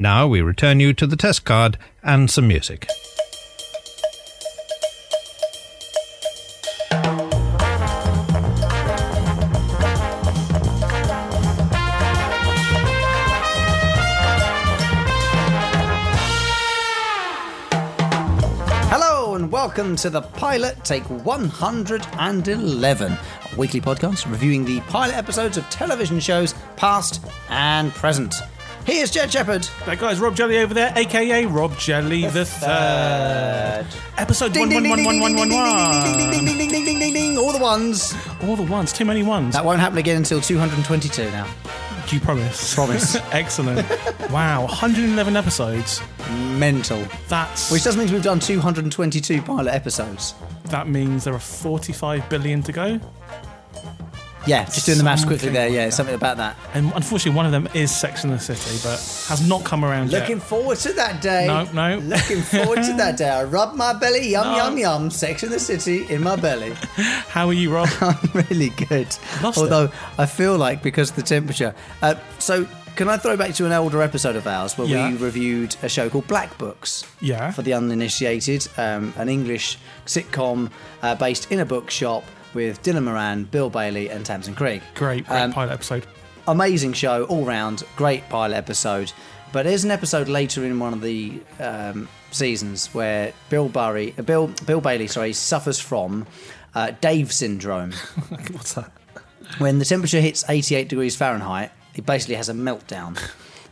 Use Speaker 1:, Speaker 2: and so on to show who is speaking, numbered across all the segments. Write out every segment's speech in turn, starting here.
Speaker 1: Now we return you to the test card and some music.
Speaker 2: Hello and welcome to the pilot take 111, a weekly podcast reviewing the pilot episodes of television shows past and present. Here's Jed Shepard.
Speaker 3: That guy's Rob Jelly over there, aka Rob Jelly the Third. Episode one one one one one one one.
Speaker 2: ding, ding, ding, ding, ding, ding, all the ones.
Speaker 3: All the ones, too many ones.
Speaker 2: That won't happen again until 222 now.
Speaker 3: Do you promise?
Speaker 2: Promise.
Speaker 3: Excellent. wow, 111 episodes.
Speaker 2: Mental.
Speaker 3: That's
Speaker 2: Which does mean we've done 222 pilot episodes.
Speaker 3: that means there are 45 billion to go,
Speaker 2: Yeah, just doing the maths quickly
Speaker 3: Something
Speaker 2: there. Yeah,
Speaker 3: like that.
Speaker 2: something about that.
Speaker 3: and unfortunately, one of them is Sex and the City, but has not come around
Speaker 2: Looking
Speaker 3: yet.
Speaker 2: forward to that day.
Speaker 3: No, no.
Speaker 2: Looking forward to that day. I rub my belly, yum,
Speaker 3: No.
Speaker 2: yum, yum. Sex in the City in my belly.
Speaker 3: How are you, Rob?
Speaker 2: I'm really good.
Speaker 3: Lost it.
Speaker 2: Although I feel like because of the temperature. Uh, so can I throw back to an older episode of ours where
Speaker 3: Yeah.
Speaker 2: we reviewed a show called Black Books?
Speaker 3: Yeah.
Speaker 2: For the uninitiated, um, an English sitcom uh, based in a bookshop with Dylan Moran, Bill Bailey, and Tamsin Craig.
Speaker 3: great,
Speaker 2: Um,
Speaker 3: great pilot episode.
Speaker 2: Amazing show all round. Great pilot episode. But there's an episode later in one of the um, seasons where Bill Burry, uh, Bill Bill Bailey, sorry, suffers from uh, Dave syndrome
Speaker 3: What's that?
Speaker 2: when the temperature hits 88 degrees Fahrenheit, he basically has a meltdown.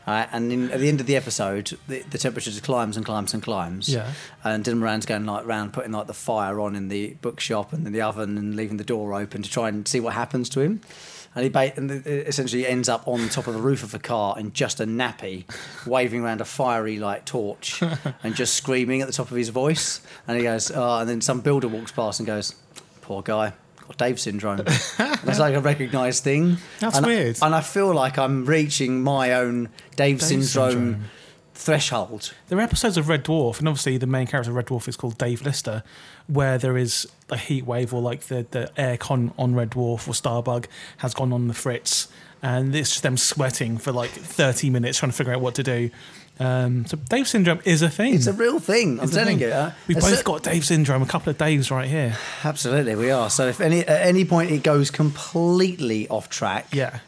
Speaker 2: Alright, and in, at the end of the episode, the, the temperature just climbs and climbs and climbs.
Speaker 3: Yeah.
Speaker 2: And Dylan Moran's going like round putting like the fire on in the bookshop and in the oven and leaving the door open to try and see what happens to him. And he ba- and it essentially ends up on top of the roof of a car in just a nappy, waving around a fiery like torch and just screaming at the top of his voice. And he goes, oh, and then some builder walks past and goes, poor guy, got Dave syndrome. And it's like a recognised thing.
Speaker 3: That's
Speaker 2: and I-
Speaker 3: weird.
Speaker 2: and I feel like I'm reaching my own Dave, syndrome,
Speaker 3: syndrome.
Speaker 2: threshold.
Speaker 3: There are episodes of Red Dwarf, and obviously the main character of Red Dwarf is called Dave Lister, where there is a heat wave or like the, the air con on Red Dwarf or Starbug has gone on the fritz, and it's just them sweating for like 30 minutes trying to figure out what to do. Um, so Dave syndrome is a thing.
Speaker 2: It's a real thing. I'm
Speaker 3: Hmm. It's a
Speaker 2: telling
Speaker 3: thing.
Speaker 2: you. uh,
Speaker 3: We've
Speaker 2: it's
Speaker 3: both
Speaker 2: a-
Speaker 3: got Dave syndrome, a couple of Daves right here.
Speaker 2: absolutely we are. So if any at any point it goes completely off track,
Speaker 3: Yeah.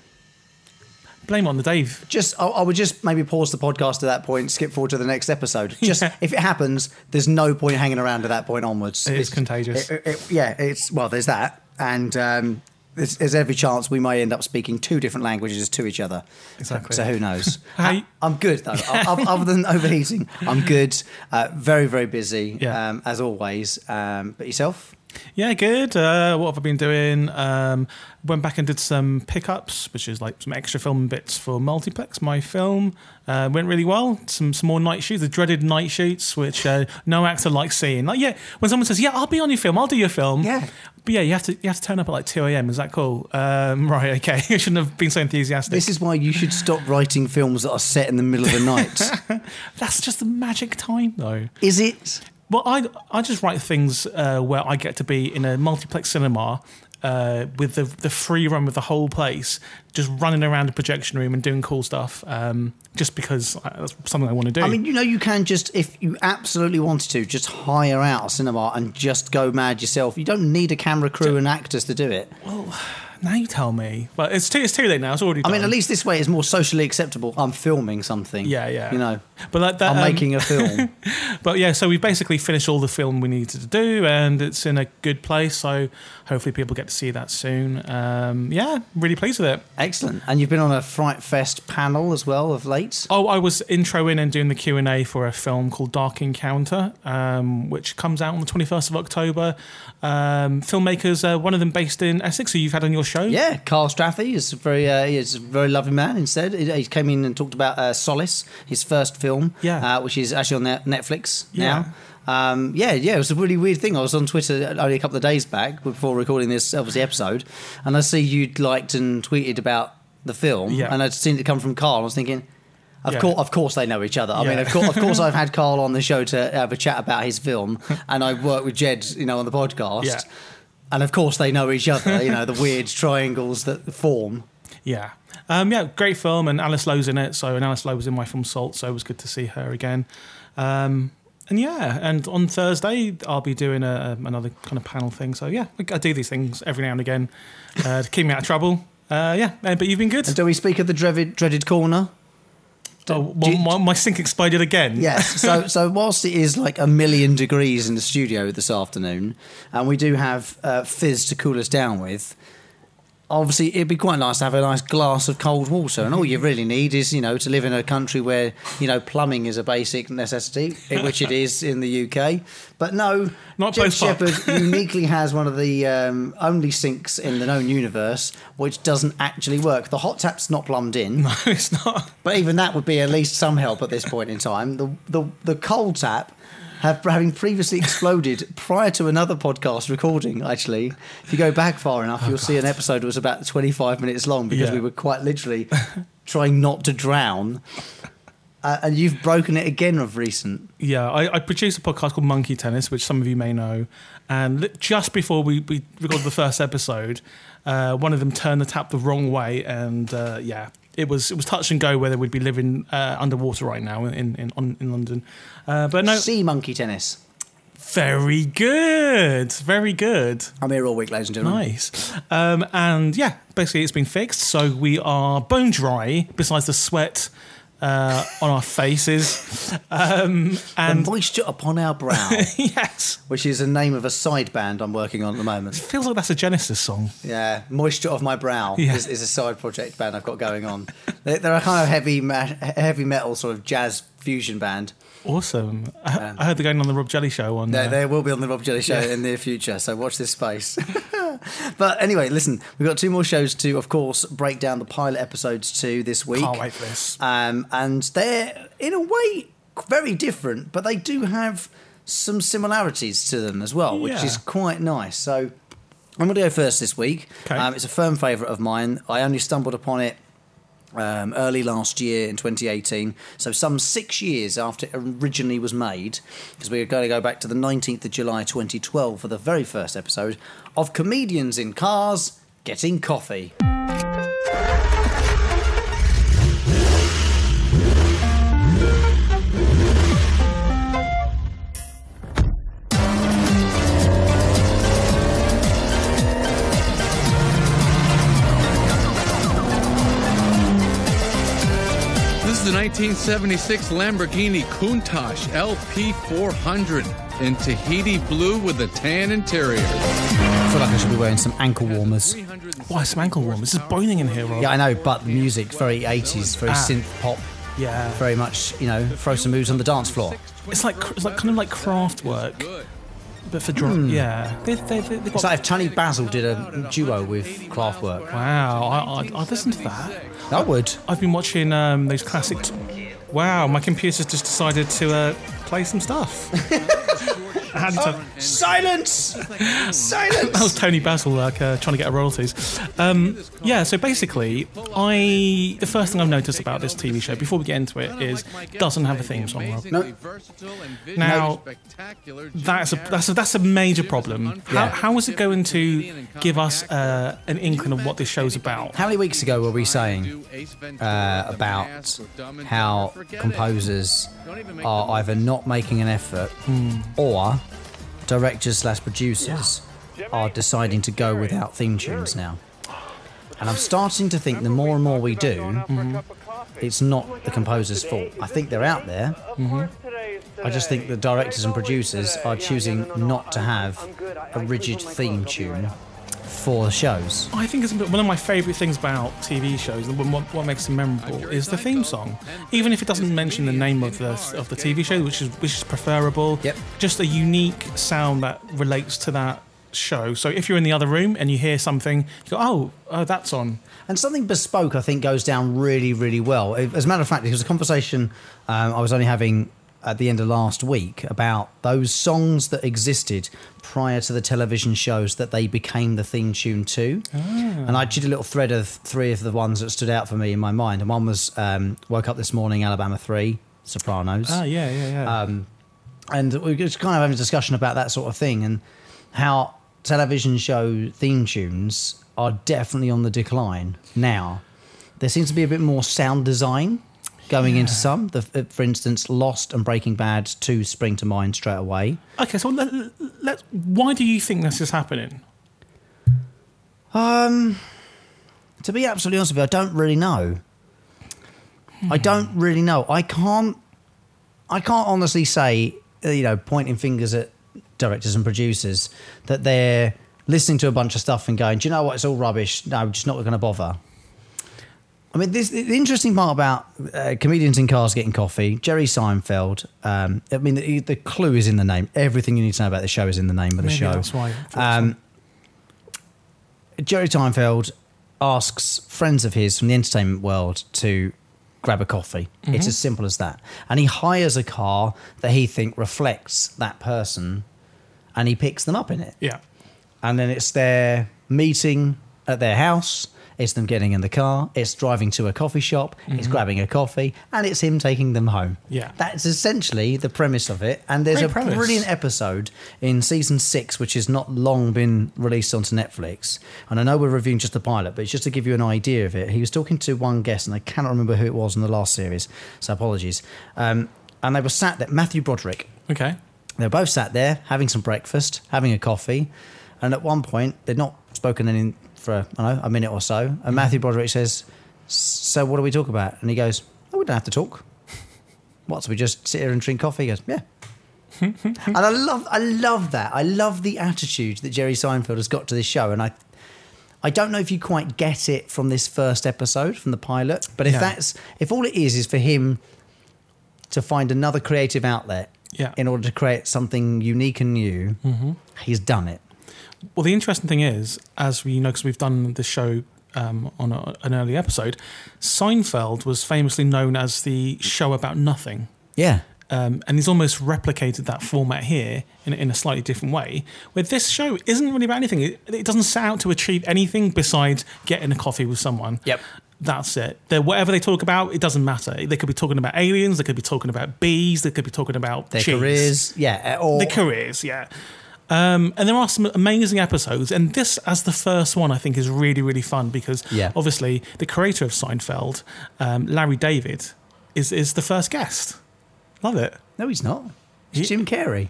Speaker 3: Blame it on the Dave.
Speaker 2: just I, I would just maybe pause the podcast at that point, skip forward to the next episode. Just if it happens, there's no point hanging around at that point onwards.
Speaker 3: It is contagious.
Speaker 2: it- it- yeah, it's well, there's that, and um, there's, there's every chance we may end up speaking two different languages to each other.
Speaker 3: Exactly.
Speaker 2: So who knows?
Speaker 3: How you-
Speaker 2: I, am good though. O- o- Other than overheating, I'm good. Uh, very very busy
Speaker 3: Yeah.
Speaker 2: um, as always. Um, but yourself?
Speaker 3: Yeah, good. Uh, what have I been doing? Um, went back and did some pickups, which is like some extra film bits for Multiplex, my film. Uh, went really well. Some some more night shoots, the dreaded night shoots, which uh, no actor likes seeing. Like, yeah, when someone says, "Yeah, I'll be on your film, I'll do your film,"
Speaker 2: Yeah.
Speaker 3: but yeah, you have to you have to turn up at like two a.m. Is that cool? Um, right, okay. I shouldn't have been so enthusiastic.
Speaker 2: This is why you should stop writing films that are set in the middle of the night.
Speaker 3: That's just the magic time, though.
Speaker 2: is it?
Speaker 3: Well, I I just write things uh, where I get to be in a multiplex cinema uh, with the the free run with the whole place, just running around the projection room and doing cool stuff. Um, just because I, that's something I want to do.
Speaker 2: I mean, you know, you can just, if you absolutely wanted to, just hire out a cinema and just go mad yourself. You don't need a camera crew and actors to do it.
Speaker 3: now you tell me. Well, it's too it's too late now. It's already.
Speaker 2: I
Speaker 3: Done.
Speaker 2: mean, at least this way it's more socially acceptable. I'm filming something.
Speaker 3: Yeah, yeah.
Speaker 2: You know,
Speaker 3: But like that,
Speaker 2: I'm
Speaker 3: um,
Speaker 2: making a film.
Speaker 3: But yeah, so we basically finished all the film we needed to do, and it's in a good place. So hopefully, people get to see that soon. Um, yeah, really pleased with it.
Speaker 2: Excellent. And you've been on a Fright Fest panel as well of late.
Speaker 3: Oh, I was introing and doing the Q and A for a film called Dark Encounter, um, which comes out on the twenty first of October. Um, filmmakers, uh, one of them based in Essex, who you've had on your show.
Speaker 2: Yeah, Carl Straffy is a very uh, he is a very lovely man. Instead, he he came in and talked about uh, Solace, his first film,
Speaker 3: Yeah.
Speaker 2: uh, which is actually on Net- Netflix
Speaker 3: Yeah.
Speaker 2: now. Um, yeah, yeah, it was a really weird thing. I was on Twitter only a couple of days back before recording this obviously episode, and I see you'd liked and tweeted about the film,
Speaker 3: Yeah.
Speaker 2: and I'd seen it come from Carl. I was thinking. Of,
Speaker 3: Yeah.
Speaker 2: course, of course, they know each other. I mean,
Speaker 3: Yeah.
Speaker 2: of, cour- of course, I've had Carl on the show to have a chat about his film, and I work with Jed, you know, on the podcast.
Speaker 3: Yeah.
Speaker 2: And of course, they know each other, you know, the weird triangles that form.
Speaker 3: yeah. Um, yeah, great film, and Alice Lowe's in it. So, and Alice Lowe was in my film Salt, so it was good to see her again. Um, and yeah, and on Thursday I'll be doing a, a- another kind of panel thing. So yeah, I- I do these things every now and again uh, to keep me out of trouble. Uh, yeah, uh, but you've been good.
Speaker 2: And do we speak of the dreaded, dreaded corner?
Speaker 3: Oh,
Speaker 2: do you-
Speaker 3: my, my, my sink exploded again.
Speaker 2: Yes. So, so whilst it is like a million degrees in the studio this afternoon, and we do have uh, fizz to cool us down with, obviously it'd be quite nice to have a nice glass of cold water. And all you really need is, you know, to live in a country where you know plumbing is a basic necessity, in which it is in the UK. But no,
Speaker 3: Not
Speaker 2: Jeb
Speaker 3: close pub.
Speaker 2: Shepherd uniquely has one of the um, only sinks in the known universe which doesn't actually work. The hot tap's not plumbed in.
Speaker 3: No, it's not.
Speaker 2: But even that would be at least some help at this point in time. The the the cold tap have having previously exploded prior to another podcast recording. Actually, if you go back far enough, you'll see an episode that was about twenty five minutes long because
Speaker 3: Oh, Yeah.
Speaker 2: we were quite literally trying not to drown. Uh, and you've broken it again of recent.
Speaker 3: Yeah, I, I produced a podcast called Monkey Tennis, which some of you may know. And li- just before we, we recorded the first episode, uh, one of them turned the tap the wrong way, and uh, yeah, it was it was touch and go whether we'd be living uh, underwater right now in in on, in London. Uh, but no,
Speaker 2: Sea monkey tennis.
Speaker 3: very good, very good.
Speaker 2: I'm here all week, ladies and gentlemen.
Speaker 3: Nice. Um, and yeah, basically it's been fixed. So we are bone dry, besides the sweat uh, on our faces. Um, and
Speaker 2: The moisture upon our brow,
Speaker 3: yes,
Speaker 2: which is the name of a side band I'm working on at the moment.
Speaker 3: feels like that's a Genesis song.
Speaker 2: Yeah, Moisture of My Brow
Speaker 3: Yeah.
Speaker 2: is, is a side project band I've got going on. They- They're a kind of heavy ma- heavy metal sort of jazz fusion band.
Speaker 3: Awesome. I, I heard they're going on the Rob Jelly show on.
Speaker 2: They,
Speaker 3: uh,
Speaker 2: they will be on the Rob Jelly Show in the near future, so watch this space. but anyway, listen, we've got two more shows to, of course, break down the pilot episodes to this week.
Speaker 3: Can't wait for this.
Speaker 2: Um, and they're, in a way, very different, but they do have some similarities to them as well, which
Speaker 3: Yeah.
Speaker 2: is quite nice. So I'm going to go first this week.
Speaker 3: 'Kay.
Speaker 2: Um, it's a firm favourite of mine. I only stumbled upon it um, early last year in 2018. So some six years after it originally was made, because we're going to go back to the 19th of July 2012 for the very first episode of comedians in cars getting coffee.
Speaker 4: This is the 1976 Lamborghini Countach LP400 in Tahiti blue with a tan interior.
Speaker 2: I feel like I should be wearing some ankle warmers.
Speaker 3: Why some ankle warmers? It's boiling in here, Rob.
Speaker 2: Yeah, I know, but the music very 80s, very
Speaker 3: Ah.
Speaker 2: synth pop,
Speaker 3: Yeah.
Speaker 2: very much, you know, throw some moves on the dance floor.
Speaker 3: It's like it's like kind of like craft work, but for drum. Yeah. They, they, they, they've got-
Speaker 2: It's like if Tony Basil did a duo with Kraftwerk.
Speaker 3: wow. I, I I listened to that.
Speaker 2: I would.
Speaker 3: I've been watching um, those classic. wow, my computer's just decided to uh, play some stuff. uh, I had to-
Speaker 2: Silence!
Speaker 3: that was
Speaker 2: Silence!
Speaker 3: Tony Basil, like uh, trying to get her royalties. Um, yeah, so basically, I the first thing I've noticed about this TV show before we get into it is it doesn't have a theme song. Rob. Now, That's a that's a, that's a major problem. How,
Speaker 2: Yeah.
Speaker 3: how is it going to give us uh, an inkling of what this show's about?
Speaker 2: How many weeks ago were we saying uh, about how composers are either not making an effort or directors slash producers are deciding to go without theme tunes now? And I'm starting to think the more and more we do, mm-hmm, it's not the composer's fault. I think they're out there. Mm-hmm.
Speaker 5: I just think the directors and producers are choosing not to have a rigid theme tune.
Speaker 2: for shows.
Speaker 3: I think it's one of my favourite things about TV shows, and what, what makes them memorable is the theme song. Even if it doesn't mention the name of the of the TV show, which is which is preferable.
Speaker 2: Yep.
Speaker 3: Just a unique sound that relates to that show. So if you're in the other room and you hear something, you go, "Oh, oh, that's on."
Speaker 2: And something bespoke, I think, goes down really, really well. As a matter of fact, it was a conversation um, I was only having at the end of last week about those songs that existed prior to the television shows that they became the theme tune to. And I did a little thread of three of the ones that stood out for me in my mind. And one was um, Woke Up This Morning, Alabama 3, Sopranos.
Speaker 3: Ah, yeah, yeah, yeah.
Speaker 2: Um, and we were just kind of having a discussion about that sort of thing and how television show theme tunes are definitely on the decline now There seems to be a bit more sound design going into some. The, uh, for instance, Lost and Breaking Bad two spring to mind straight away.
Speaker 3: Okay, so let, let, why do you think this is happening?
Speaker 2: To be absolutely honest with you, I don't really know. I don't really know. I can't. I can't honestly say, uh, you know, pointing fingers at directors and producers that they're listening to a bunch of stuff and going, "Do you know what? It's all rubbish. No, we're just not going to bother." I mean, this, the interesting part about uh, comedians in cars getting coffee, Jerry Seinfeld. Um, I mean, the, the clue is in the name. Everything you need to know about the show is in the name of the
Speaker 3: Maybe
Speaker 2: show.
Speaker 3: that's why. I thought
Speaker 2: Um, Jerry Seinfeld asks friends of his from the entertainment world to grab a coffee. It's as simple as that. And he hires a car that he think reflects that person, and he picks them up in it.
Speaker 3: Yeah.
Speaker 2: And then it's their meeting at their house. It's them getting in the car. It's driving to a coffee shop. It's grabbing a coffee, and it's him taking them home.
Speaker 3: Mm-hmm. Yeah.
Speaker 2: that's essentially the premise of it. And there's
Speaker 3: Great
Speaker 2: a
Speaker 3: premise.
Speaker 2: brilliant episode in season six, which has not long been released onto Netflix. And I know we're reviewing just the pilot, but it's just to give you an idea of it. He was talking to one guest, and I cannot remember who it was in the last series, so apologies. Um, and they were sat there, Matthew Broderick,
Speaker 3: Okay.
Speaker 2: they were both sat there having some breakfast, having a coffee, and at one point they'd not spoken any for I don't know a minute or so. And Matthew Broderick says, "So what do we talk about?" And he goes, "Oh, we don't have to talk. What? So we just sit here and drink coffee?" He goes, "Yeah." and I love, I love that. I love the attitude that Jerry Seinfeld has got to this show, and I. I don't know if you quite get it from this first episode, from the pilot, but if
Speaker 3: No.
Speaker 2: that's if all it is is for him to find another creative outlet
Speaker 3: Yeah.
Speaker 2: in order to create something unique and new,
Speaker 3: Mm-hmm.
Speaker 2: he's done it.
Speaker 3: Well, the interesting thing is, as we know, because we've done this show um, on a, an early episode, Seinfeld was famously known as the show about nothing.
Speaker 2: Yeah.
Speaker 3: Um, and he's almost replicated that format here in, in a slightly different way, where this show isn't really about anything. It, it doesn't set out to achieve anything besides getting a coffee with someone.
Speaker 2: Yep.
Speaker 3: That's it. They're, whatever they talk about, it doesn't matter. They could be talking about aliens, they could be talking about bees, they could be talking about
Speaker 2: Their
Speaker 3: cheese
Speaker 2: careers. Yeah. uh, Or,
Speaker 3: the careers, yeah. Um, and there are some amazing episodes, and this as the first one I think is really really fun because
Speaker 2: Yeah.
Speaker 3: obviously the creator of Seinfeld, um, Larry David, is is the first guest. Love it.
Speaker 2: no, he's not. It's Jim Carrey.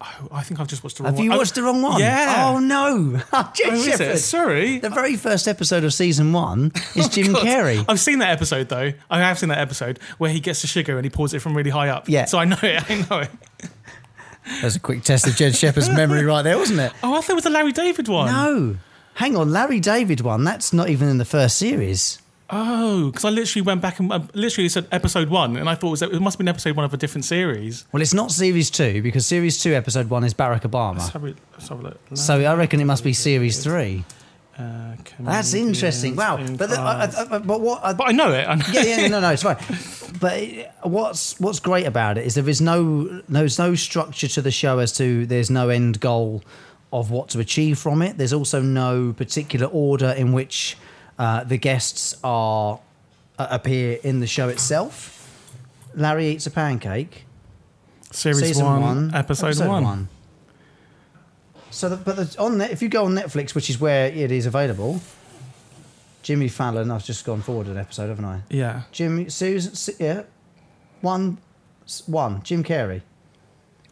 Speaker 3: Oh, I think I've just watched the wrong
Speaker 2: Have you
Speaker 3: one. Oh,
Speaker 2: watched the wrong one?
Speaker 3: Yeah.
Speaker 2: Oh, no. Jim
Speaker 3: Oh, is it?
Speaker 2: Shepherd.
Speaker 3: Sorry. Oh,
Speaker 2: The very first episode of season one is Jim Carrey.
Speaker 3: I've seen that episode though. I have seen that episode where he gets the sugar and he pours it from really high up.
Speaker 2: Yeah.
Speaker 3: So I know it. I know it.
Speaker 2: That's a quick test of Jed Shepherd's memory right there, wasn't it?
Speaker 3: Oh, I thought it was the Larry David one.
Speaker 2: No. Hang on. Larry David one. That's not even in the first series.
Speaker 3: Oh, because I literally went back and I literally said episode one, and I thought it, was, it must have been episode one of a different series.
Speaker 2: Well, it's not series two because series two, episode one is Barack
Speaker 3: Let's
Speaker 2: Obama.
Speaker 3: have a, let's have a look.
Speaker 2: So I reckon it must be series three.
Speaker 3: Uh,
Speaker 2: That's
Speaker 3: comedians
Speaker 2: interesting. Wow.
Speaker 3: in
Speaker 2: But, the, I,
Speaker 3: class.
Speaker 2: I, I, but what? I,
Speaker 3: but I know it. I know
Speaker 2: yeah,
Speaker 3: it.
Speaker 2: yeah, no, no, it's fine. But it- what's what's great about it is there is no there's no structure to the show as to there's no end goal of what to achieve from it. There's also no particular order in which uh, the guests are uh, appear in the show itself. Larry eats a pancake.
Speaker 3: Series
Speaker 2: Season
Speaker 3: one,
Speaker 2: one,
Speaker 3: episode, one.
Speaker 2: So, the, but the, on net, if you go on Netflix, which is where it is available, Jimmy Fallon. I've just gone forward an episode, haven't I?
Speaker 3: Yeah.
Speaker 2: Jimmy, Susan, Su- yeah, one, s- one. Jim Carrey.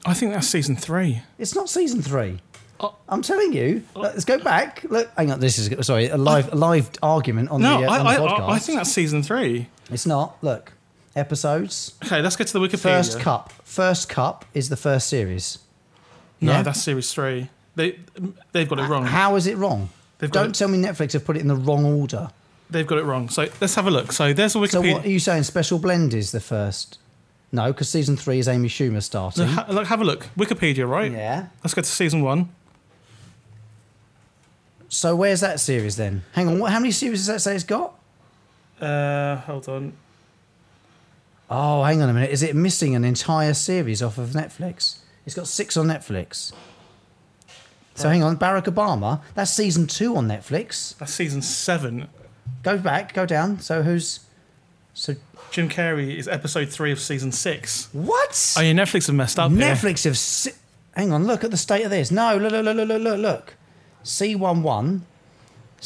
Speaker 3: I think that's season three.
Speaker 2: It's not season three.
Speaker 3: Oh.
Speaker 2: I'm telling you. Let's go back. Look, hang on. This is sorry. A live, a live argument on
Speaker 3: No,
Speaker 2: the, uh, on
Speaker 3: I, I,
Speaker 2: the podcast.
Speaker 3: I, I think that's season three.
Speaker 2: it's not. Look, episodes.
Speaker 3: Okay, let's get to the Wikipedia.
Speaker 2: First cup. First cup is the first series.
Speaker 3: No,
Speaker 2: yeah?
Speaker 3: that's series three. They they've got it wrong.
Speaker 2: How is it wrong?
Speaker 3: They've got
Speaker 2: Don't
Speaker 3: it-
Speaker 2: tell me Netflix have put it in the wrong order.
Speaker 3: They've got it wrong. So let's have a look. So there's a
Speaker 2: So what are
Speaker 3: Wikipedia.
Speaker 2: you saying? Special Blend is the first? No, because season three is Amy Schumer
Speaker 3: So
Speaker 2: starting.
Speaker 3: ha- look, have a look. Wikipedia, right?
Speaker 2: Yeah.
Speaker 3: Let's go to season one.
Speaker 2: So where's that series then? Hang on, what, how many series does that say it's got?
Speaker 3: Uh, hold on.
Speaker 2: Oh, hang on a minute. Is it missing an entire series off of Netflix? It's got six on Netflix. So hang on, Barack Obama. That's season two on Netflix.
Speaker 3: That's season seven.
Speaker 2: Go back, go down. So who's? So
Speaker 3: Jim Carrey is episode three of season six.
Speaker 2: what?
Speaker 3: Oh, yeah, Netflix have messed up. here.
Speaker 2: Netflix have. Si- Hang on, look at the state of this. No, look, look, look, look, look, look, look. C11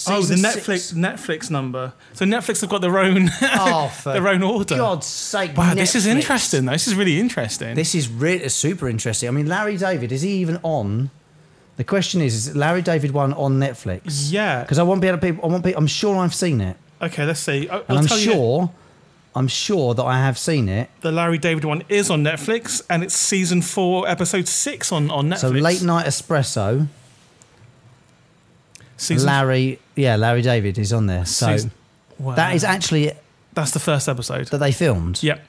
Speaker 3: Oh, the
Speaker 5: Season
Speaker 3: Netflix
Speaker 5: six.
Speaker 3: Netflix number. So Netflix have got their own
Speaker 2: Oh, for
Speaker 3: their own order.
Speaker 2: God's sake!
Speaker 3: wow, this is
Speaker 2: Netflix.
Speaker 3: interesting. Though. This is really interesting.
Speaker 2: This is really super interesting. I mean, Larry David is he even on? The question is, is Larry David one on Netflix?
Speaker 3: yeah.
Speaker 2: Because I want people, people, I want people. I'm sure I've seen it,
Speaker 3: Okay, let's see. I,
Speaker 2: and
Speaker 3: I'll
Speaker 2: I'm
Speaker 3: tell you,
Speaker 2: sure, I'm sure that I have seen it.
Speaker 3: the Larry David one is on Netflix, and it's season four, episode six on on Netflix.
Speaker 2: So late night espresso,
Speaker 3: season,
Speaker 2: Larry, yeah, Larry David is on there. So
Speaker 3: season- Wow.
Speaker 2: that is actually it
Speaker 3: that's the first episode.
Speaker 2: that they filmed.
Speaker 3: Yep.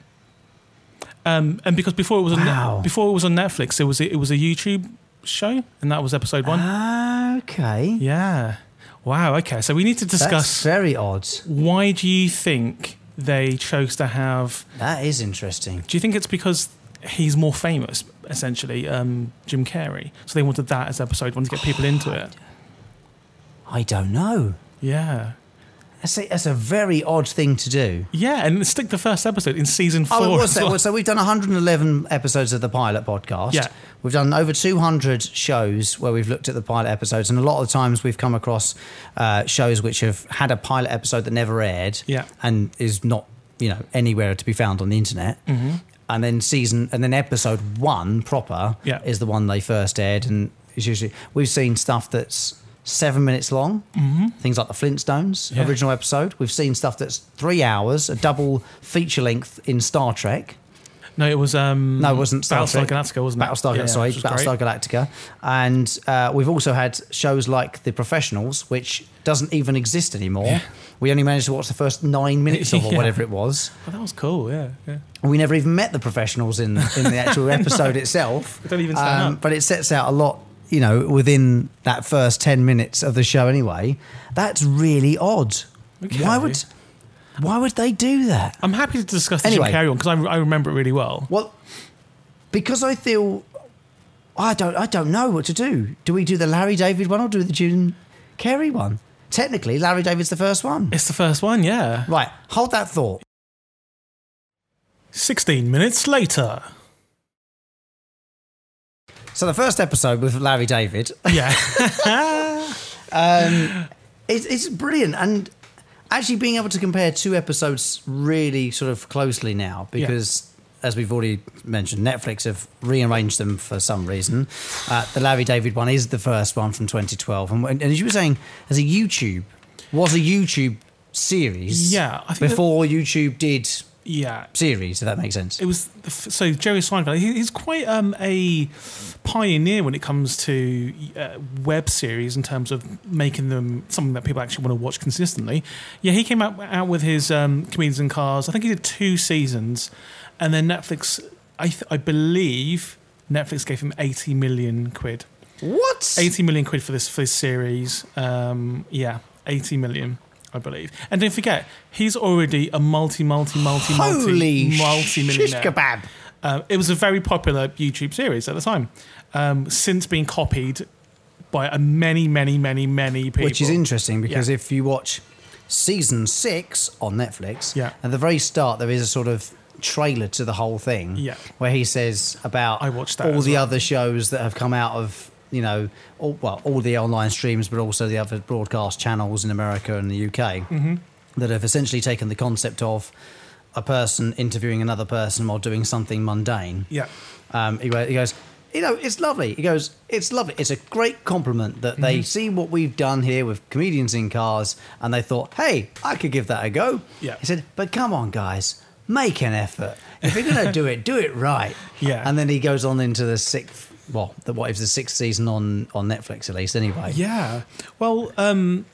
Speaker 3: Um, and because before it was on Net-
Speaker 2: Wow.
Speaker 3: before it was on Netflix, it was it was a YouTube show, and that was episode
Speaker 2: Ah.
Speaker 3: one.
Speaker 2: Okay,
Speaker 3: Yeah. Wow. Okay. So we need to
Speaker 2: that's
Speaker 3: discuss
Speaker 2: very odd.
Speaker 3: why do you think they chose to have?
Speaker 2: That is interesting.
Speaker 3: Do you think it's because he's more famous, essentially, um, Jim Carrey? So they wanted that as episode one to get people into it.
Speaker 2: I don't know.
Speaker 3: Yeah.
Speaker 2: That's a, that's a very odd thing to do.
Speaker 3: Yeah, and stick the first episode in season four.
Speaker 2: Oh, it was
Speaker 3: as
Speaker 2: that?
Speaker 3: well.
Speaker 2: Well, so we've done 111 episodes of the pilot podcast.
Speaker 3: Yeah.
Speaker 2: We've done over 200 shows where we've looked at the pilot episodes, and a lot of the times we've come across uh, shows which have had a pilot episode that never aired.
Speaker 3: Yeah.
Speaker 2: And is not you know anywhere to be found on the internet. Mm-hmm. And then season and then episode one proper
Speaker 3: Yeah.
Speaker 2: is the one they first aired, and it's usually we've seen stuff that's. Seven minutes long, mm-hmm. things like the Flintstones
Speaker 3: Yeah.
Speaker 2: original episode. We've seen stuff that's three hours, a double feature length in Star Trek.
Speaker 3: No, it was um
Speaker 2: No, it wasn't Star
Speaker 3: Battlestar
Speaker 2: Trek.
Speaker 3: Galactica, wasn't it?
Speaker 2: Battlestar,
Speaker 3: Yeah,
Speaker 2: sorry,
Speaker 3: which was great.
Speaker 2: Battlestar Galactica, and uh, we've also had shows like The Professionals, which doesn't even exist anymore. We only managed to watch the first nine minutes of or
Speaker 3: Yeah.
Speaker 2: whatever it was.
Speaker 3: Oh, that was cool. Yeah, yeah.
Speaker 2: And We never even met the professionals in in the actual episode itself. Um,
Speaker 3: They don't even stand up.
Speaker 2: But it sets out a lot, you know, within that first ten minutes of the show. Anyway, that's really odd. Why
Speaker 3: Okay.
Speaker 2: would why would they do that?
Speaker 3: I'm happy to discuss the
Speaker 2: Anyway.
Speaker 3: Jim Carrey one because I, I remember it really well.
Speaker 2: Well, because I feel I don't I don't know what to do. Do we do the Larry David one or do we the June Carey one? Technically, Larry David's the first one.
Speaker 3: It's the first one, yeah.
Speaker 2: Right, hold that thought.
Speaker 3: 16 minutes later.
Speaker 2: So the first episode with Larry David,
Speaker 3: Yeah.
Speaker 2: it's, it's brilliant, and actually being able to compare two episodes really sort of closely now because. As we've already mentioned, Netflix have rearranged them for some reason. Uh, the Larry David one is the first one from 2012, and, and as you were saying, as a YouTube was a YouTube series.
Speaker 3: Yeah, I think that-
Speaker 2: before YouTube did
Speaker 3: yeah.
Speaker 2: series, if that makes sense.
Speaker 3: It was the f- so Jerry Seinfeld. He, he's quite um, a pioneer when it comes to uh, web series in terms of making them something that people actually want to watch consistently. Yeah, he came out out with his um, comedians in cars. I think he did two seasons, and then Netflix. I th- I believe Netflix gave him eighty million quid.
Speaker 2: What?
Speaker 3: 80 million quid for this for this series. Um, yeah, 80 million, I believe. And don't forget, he's already a multi, multi, multi,
Speaker 2: Holy
Speaker 3: multi, multi
Speaker 2: shish
Speaker 3: millionaire.
Speaker 2: kebab!
Speaker 3: Um, it was a very popular YouTube series at the time. Um, since being copied by a many, many, many, many people.
Speaker 2: Which is interesting because
Speaker 3: Yeah.
Speaker 2: if you watch season six on Netflix,
Speaker 3: Yeah.
Speaker 2: at the very start there is a sort of trailer to the whole thing,
Speaker 3: Yeah.
Speaker 2: where he says about
Speaker 3: I watched that
Speaker 2: all
Speaker 3: as
Speaker 2: the
Speaker 3: well.
Speaker 2: other shows that have come out of you know all, well all the online streams, but also the other broadcast channels in America and the UK
Speaker 3: Mm-hmm.
Speaker 2: that have essentially taken the concept of a person interviewing another person while doing something mundane.
Speaker 3: Yeah.
Speaker 2: Um, he, go- he goes, you know, it's lovely. He goes, it's lovely. It's a great compliment that they
Speaker 3: Mm-hmm.
Speaker 2: see what we've done here with comedians in cars, and they thought, hey, I could give that a go.
Speaker 3: Yeah.
Speaker 2: He said, but come on, guys, make an effort. If you're going to do it, do it right.
Speaker 3: Yeah.
Speaker 2: And then he goes on into the sixth. Well, the, what if the sixth season on on Netflix at least? Anyway.
Speaker 3: Yeah. Well, um,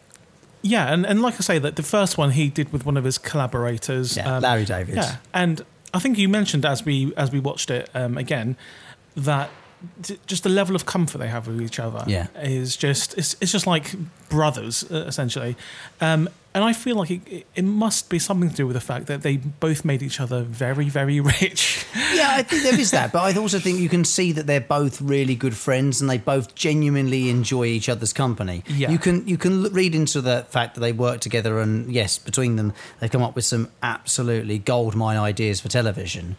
Speaker 3: yeah, and, and like I say, that the first one he did with one of his collaborators,
Speaker 2: Yeah,
Speaker 3: um,
Speaker 2: Larry David.
Speaker 3: Yeah, and I think you mentioned as we as we watched it um, again that d- just the level of comfort they have with each other
Speaker 2: Yeah.
Speaker 3: is just it's, it's just like brothers uh, essentially, um, and I feel like it, it must be something to do with the fact that they both made each other very very rich.
Speaker 2: yeah, I think there is that, but I also think you can see that they're both really good friends and they both genuinely enjoy each other's company.
Speaker 3: Yeah.
Speaker 2: You can you can l- read into the fact that they work together and yes, between them they've come up with some absolutely goldmine ideas for television.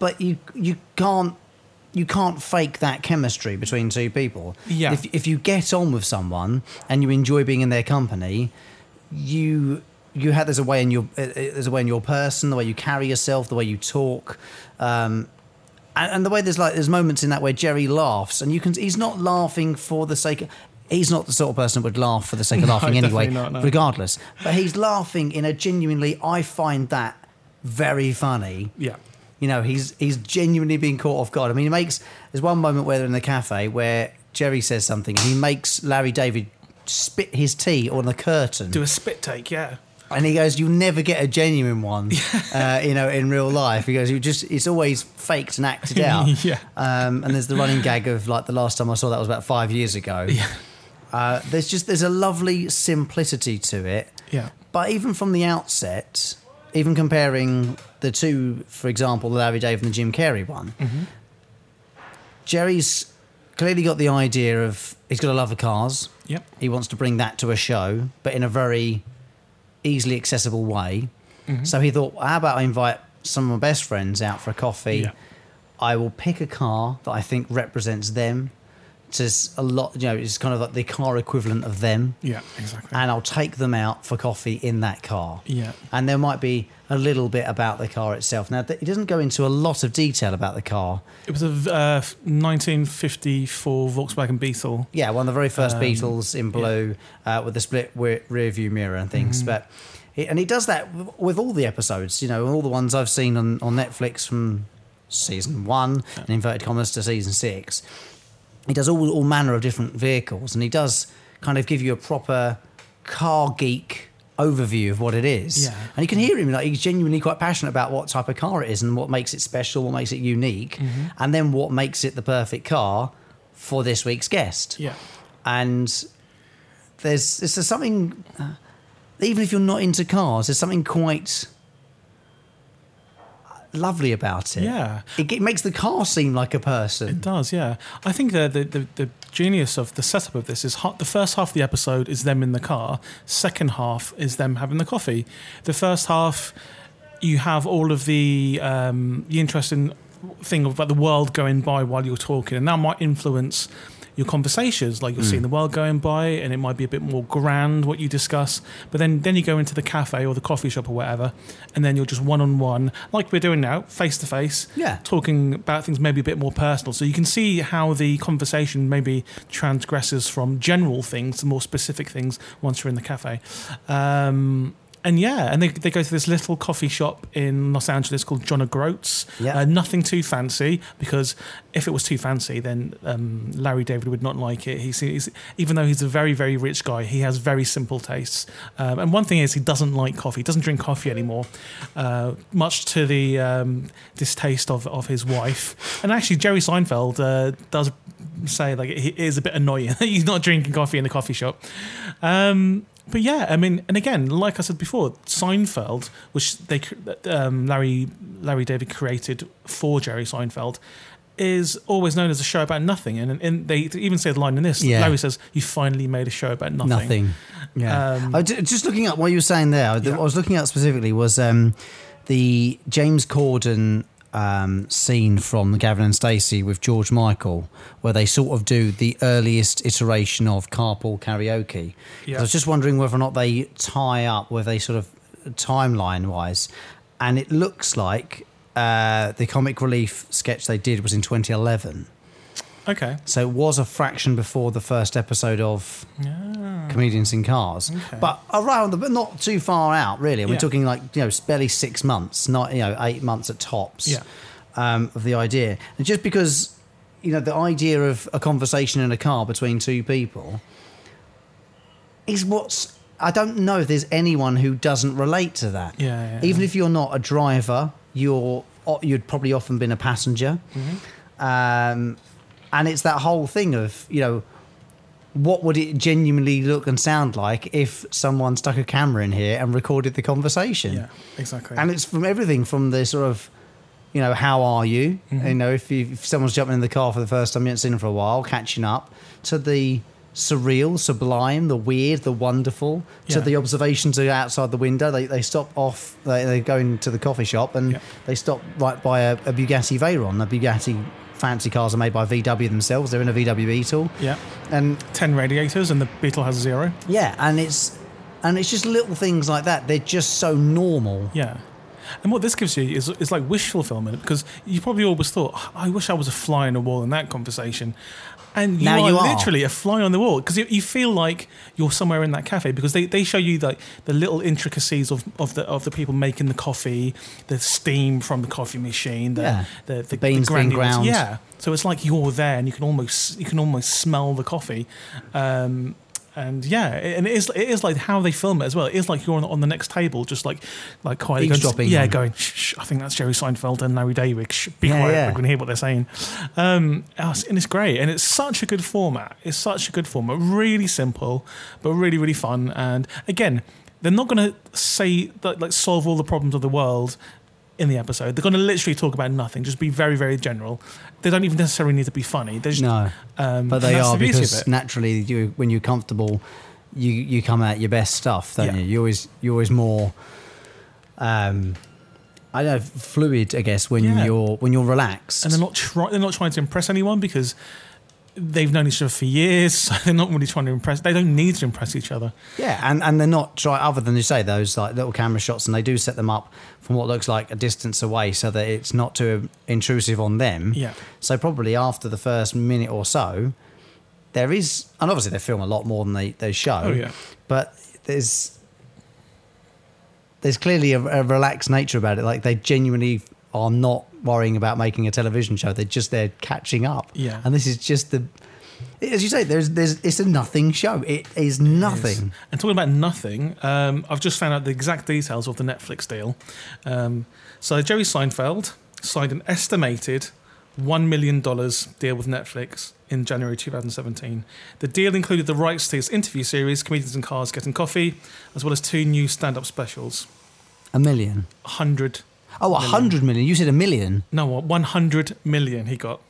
Speaker 2: But you you can't you can't fake that chemistry between two people.
Speaker 3: Yeah.
Speaker 2: If, if you get on with someone and you enjoy being in their company, you you have there's a way in your uh, uh, there's a way in your person, the way you carry yourself, the way you talk, um, and, and the way there's like there's moments in that where Jerry laughs, and you can he's not laughing for the sake. of... He's not the sort of person that would laugh for the sake of laughing anyway,
Speaker 3: definitely not, no.
Speaker 2: regardless. But he's laughing in a genuinely. I find that very funny.
Speaker 3: Yeah.
Speaker 2: You know, he's he's genuinely being caught off guard. I mean, he makes there's one moment where they're in the cafe where Jerry says something and he makes Larry David spit his tea on the curtain.
Speaker 3: Do a spit take, yeah.
Speaker 2: And he goes, "You never get a genuine one, uh, you know, in real life." He goes, "You just it's always faked and acted out."
Speaker 3: Yeah.
Speaker 2: Um, and there's the running gag of like the last time I saw that was about five years ago. Yeah. Uh, there's just there's a lovely simplicity to it.
Speaker 3: Yeah.
Speaker 2: But even from the outset, even comparing the two, for example, the Larry Dave and the Jim Carrey one, Jerry's clearly got the idea of he's got a love of cars.
Speaker 3: Yep.
Speaker 2: He wants to bring that to a show, but in a very easily accessible way. So he thought, how about I invite some of my best friends out for a coffee?
Speaker 3: Yeah.
Speaker 2: I will pick a car that I think represents them. To s- a lot, you know, it's kind of like the car equivalent of them
Speaker 3: Yeah, exactly.
Speaker 2: and I'll take them out for coffee in that car.
Speaker 3: Yeah.
Speaker 2: And there might be a little bit about the car itself. Now, th- it doesn't go into a lot of detail about the car.
Speaker 3: It was a uh, 1954 Volkswagen Beetle.
Speaker 2: Yeah, one of the very first Beatles in blue uh, with the split wi- rear view mirror and things. But he, and he does that w- with all the episodes, you know, all the ones I've seen on, on Netflix from season one and inverted commas to season six. He does all all manner of different vehicles, and he does kind of give you a proper car geek overview of what it is.
Speaker 3: Yeah.
Speaker 2: And you can hear him like he's genuinely quite passionate about what type of car it is and what makes it special, what makes it unique, and then what makes it the perfect car for this week's guest
Speaker 3: Yeah.
Speaker 2: and there's there's just something uh, even if you're not into cars there's something quite uh, lovely about it
Speaker 3: Yeah.
Speaker 2: it, ge- makes the car seem like a person
Speaker 3: It does, yeah. I think the the, the the genius of the setup of this is ha- the first half of the episode is them in the car. Second half is them having the coffee. The first half, you have all of the um, the interesting thing about the world going by while you're talking, and that might influence your conversations. Like you're seeing the world going by, and it might be a bit more grand what you discuss. But then then you go into the cafe or the coffee shop or whatever, and then you're just one on one, like we're doing now, face to face
Speaker 2: Yeah.
Speaker 3: talking about things maybe a bit more personal. So you can see how the conversation maybe transgresses from general things to more specific things once you're in the cafe. Um, and yeah, and they, they go to this little coffee shop in Los Angeles called John O'Groats.
Speaker 2: Yeah.
Speaker 3: Uh, nothing too fancy because if it was too fancy, then um, Larry David would not like it. He's, he's even though he's a very very rich guy, he has very simple tastes. Um, and one thing is he doesn't like coffee. He doesn't drink coffee anymore, uh, much to the um, distaste of of his wife. And actually, Jerry Seinfeld uh, does say like it is a bit annoying that he's not drinking coffee in the coffee shop. Um, but yeah, I mean, and again, like I said before, Seinfeld, which they cr- um, Larry Larry David created for Jerry Seinfeld, is always known as a show about nothing. And, and they even say the line in this:
Speaker 2: Yeah.
Speaker 3: Larry says, "You finally made a show about nothing."
Speaker 2: nothing yeah
Speaker 3: Um,
Speaker 2: I ju- just looking at what you were saying there the-
Speaker 3: Yeah.
Speaker 2: what i was looking at specifically was um, the james corden um, scene from gavin and stacey with george michael where they sort of do the earliest iteration of carpool karaoke
Speaker 3: Yeah.
Speaker 2: I was just wondering whether or not they tie up, whether they sort of timeline wise, and it looks like uh, the comic relief sketch they did was in 2011,
Speaker 3: Okay.
Speaker 2: so it was a fraction before the first episode of
Speaker 3: Ah.
Speaker 2: Comedians in Cars, but around the, but not too far out really. We're
Speaker 3: Yeah.
Speaker 2: talking like you know barely six months, not you know eight months at tops
Speaker 3: Yeah.
Speaker 2: um, of the idea, and just because you know the idea of a conversation in a car between two people is what's I don't know if there's anyone who doesn't relate to that.
Speaker 3: Yeah, yeah,
Speaker 2: Even
Speaker 3: yeah.
Speaker 2: if you're not a driver, you're o- you'd probably often been a passenger.
Speaker 3: Mm-hmm.
Speaker 2: Um, and it's that whole thing of, you know, what would it genuinely look and sound like if someone stuck a camera in here and recorded the conversation?
Speaker 3: Yeah. Exactly.
Speaker 2: And it's from everything from the sort of, you know, how are you?
Speaker 3: Mm-hmm.
Speaker 2: You know, if, you, if someone's jumping in the car for the first time you haven't seen them for a while, catching up, to the surreal, sublime, the weird, the wonderful, to
Speaker 3: Yeah.
Speaker 2: the observations that are outside the window. They, they stop off, they, they go into the coffee shop and
Speaker 3: Yeah.
Speaker 2: they stop right by a, a Bugatti Veyron, a Bugatti fancy cars are made by VW themselves. They're in a VW Beetle,
Speaker 3: Yeah.
Speaker 2: and
Speaker 3: 10 radiators and the Beetle has a zero.
Speaker 2: yeah, and it's and it's just little things like that. They're just so normal.
Speaker 3: Yeah. And what this gives you is, is like wish fulfillment because you probably always thought, "Oh, I wish I was a fly on the wall in that conversation. And you
Speaker 2: Now
Speaker 3: are
Speaker 2: you are.
Speaker 3: literally a fly on the wall because you, you feel like you're somewhere in that cafe because they, they show you like the little intricacies of, of the of the people making the coffee, the steam from the coffee machine, the
Speaker 2: Yeah.
Speaker 3: the, the, the
Speaker 2: beans being
Speaker 3: granules.
Speaker 2: ground.
Speaker 3: Yeah, so it's like you're there and you can almost you can almost smell the coffee. Um, and yeah, it- and it is it is like how they film it as well. It is like you're on, on the next table, just like like quietly going,
Speaker 2: Eavesdropping.
Speaker 3: yeah, going. Shh, shh, I think that's Jerry Seinfeld and Larry David. Shh, be
Speaker 2: Yeah,
Speaker 3: quiet.
Speaker 2: yeah.
Speaker 3: We're going to hear what they're saying. Um, oh, it's- and it's great, and it's such a good format. It's such a good format. Really simple, but really really fun. And again, they're not going to say that like solve all the problems of the world in the episode. They're going to literally talk about nothing. Just be very very general. They don't even necessarily need to be funny. They just,
Speaker 2: No,
Speaker 3: um,
Speaker 2: but
Speaker 3: and
Speaker 2: they
Speaker 3: that's
Speaker 2: are
Speaker 3: the beauty of
Speaker 2: because
Speaker 3: it.
Speaker 2: naturally, you when you're comfortable, you you come out your best stuff, don't
Speaker 3: Yeah.
Speaker 2: you? You're always you're always more. Um, I don't know, fluid, I guess, when
Speaker 3: Yeah.
Speaker 2: you're when you're relaxed.
Speaker 3: and they're not try- they're not trying to impress anyone because they've known each other for years, so they're not really trying to impress. They don't need to impress each other.
Speaker 2: Yeah, and, and they're not try other than you say those like little camera shots, and they do set them up from what looks like a distance away so that it's not too intrusive on them.
Speaker 3: Yeah.
Speaker 2: So probably after the first minute or so, there is, and obviously they film a lot more than they they show.
Speaker 3: Oh, yeah.
Speaker 2: But there's there's clearly a, a relaxed nature about it. Like they genuinely are not worrying about making a television show. They're just there catching up.
Speaker 3: Yeah.
Speaker 2: And this is just the. As you say, there's, there's, it's a nothing show. It is nothing.
Speaker 3: And talking about nothing, um, I've just found out the exact details of the Netflix deal. Um, so Jerry Seinfeld signed an estimated one million dollars deal with Netflix in January 2017. The deal included the rights to his interview series, comedians in cars getting coffee, as well as two new stand-up specials.
Speaker 2: A million.
Speaker 3: Hundred,
Speaker 2: Oh, a hundred million. You said a million.
Speaker 3: no, what? One hundred million he got.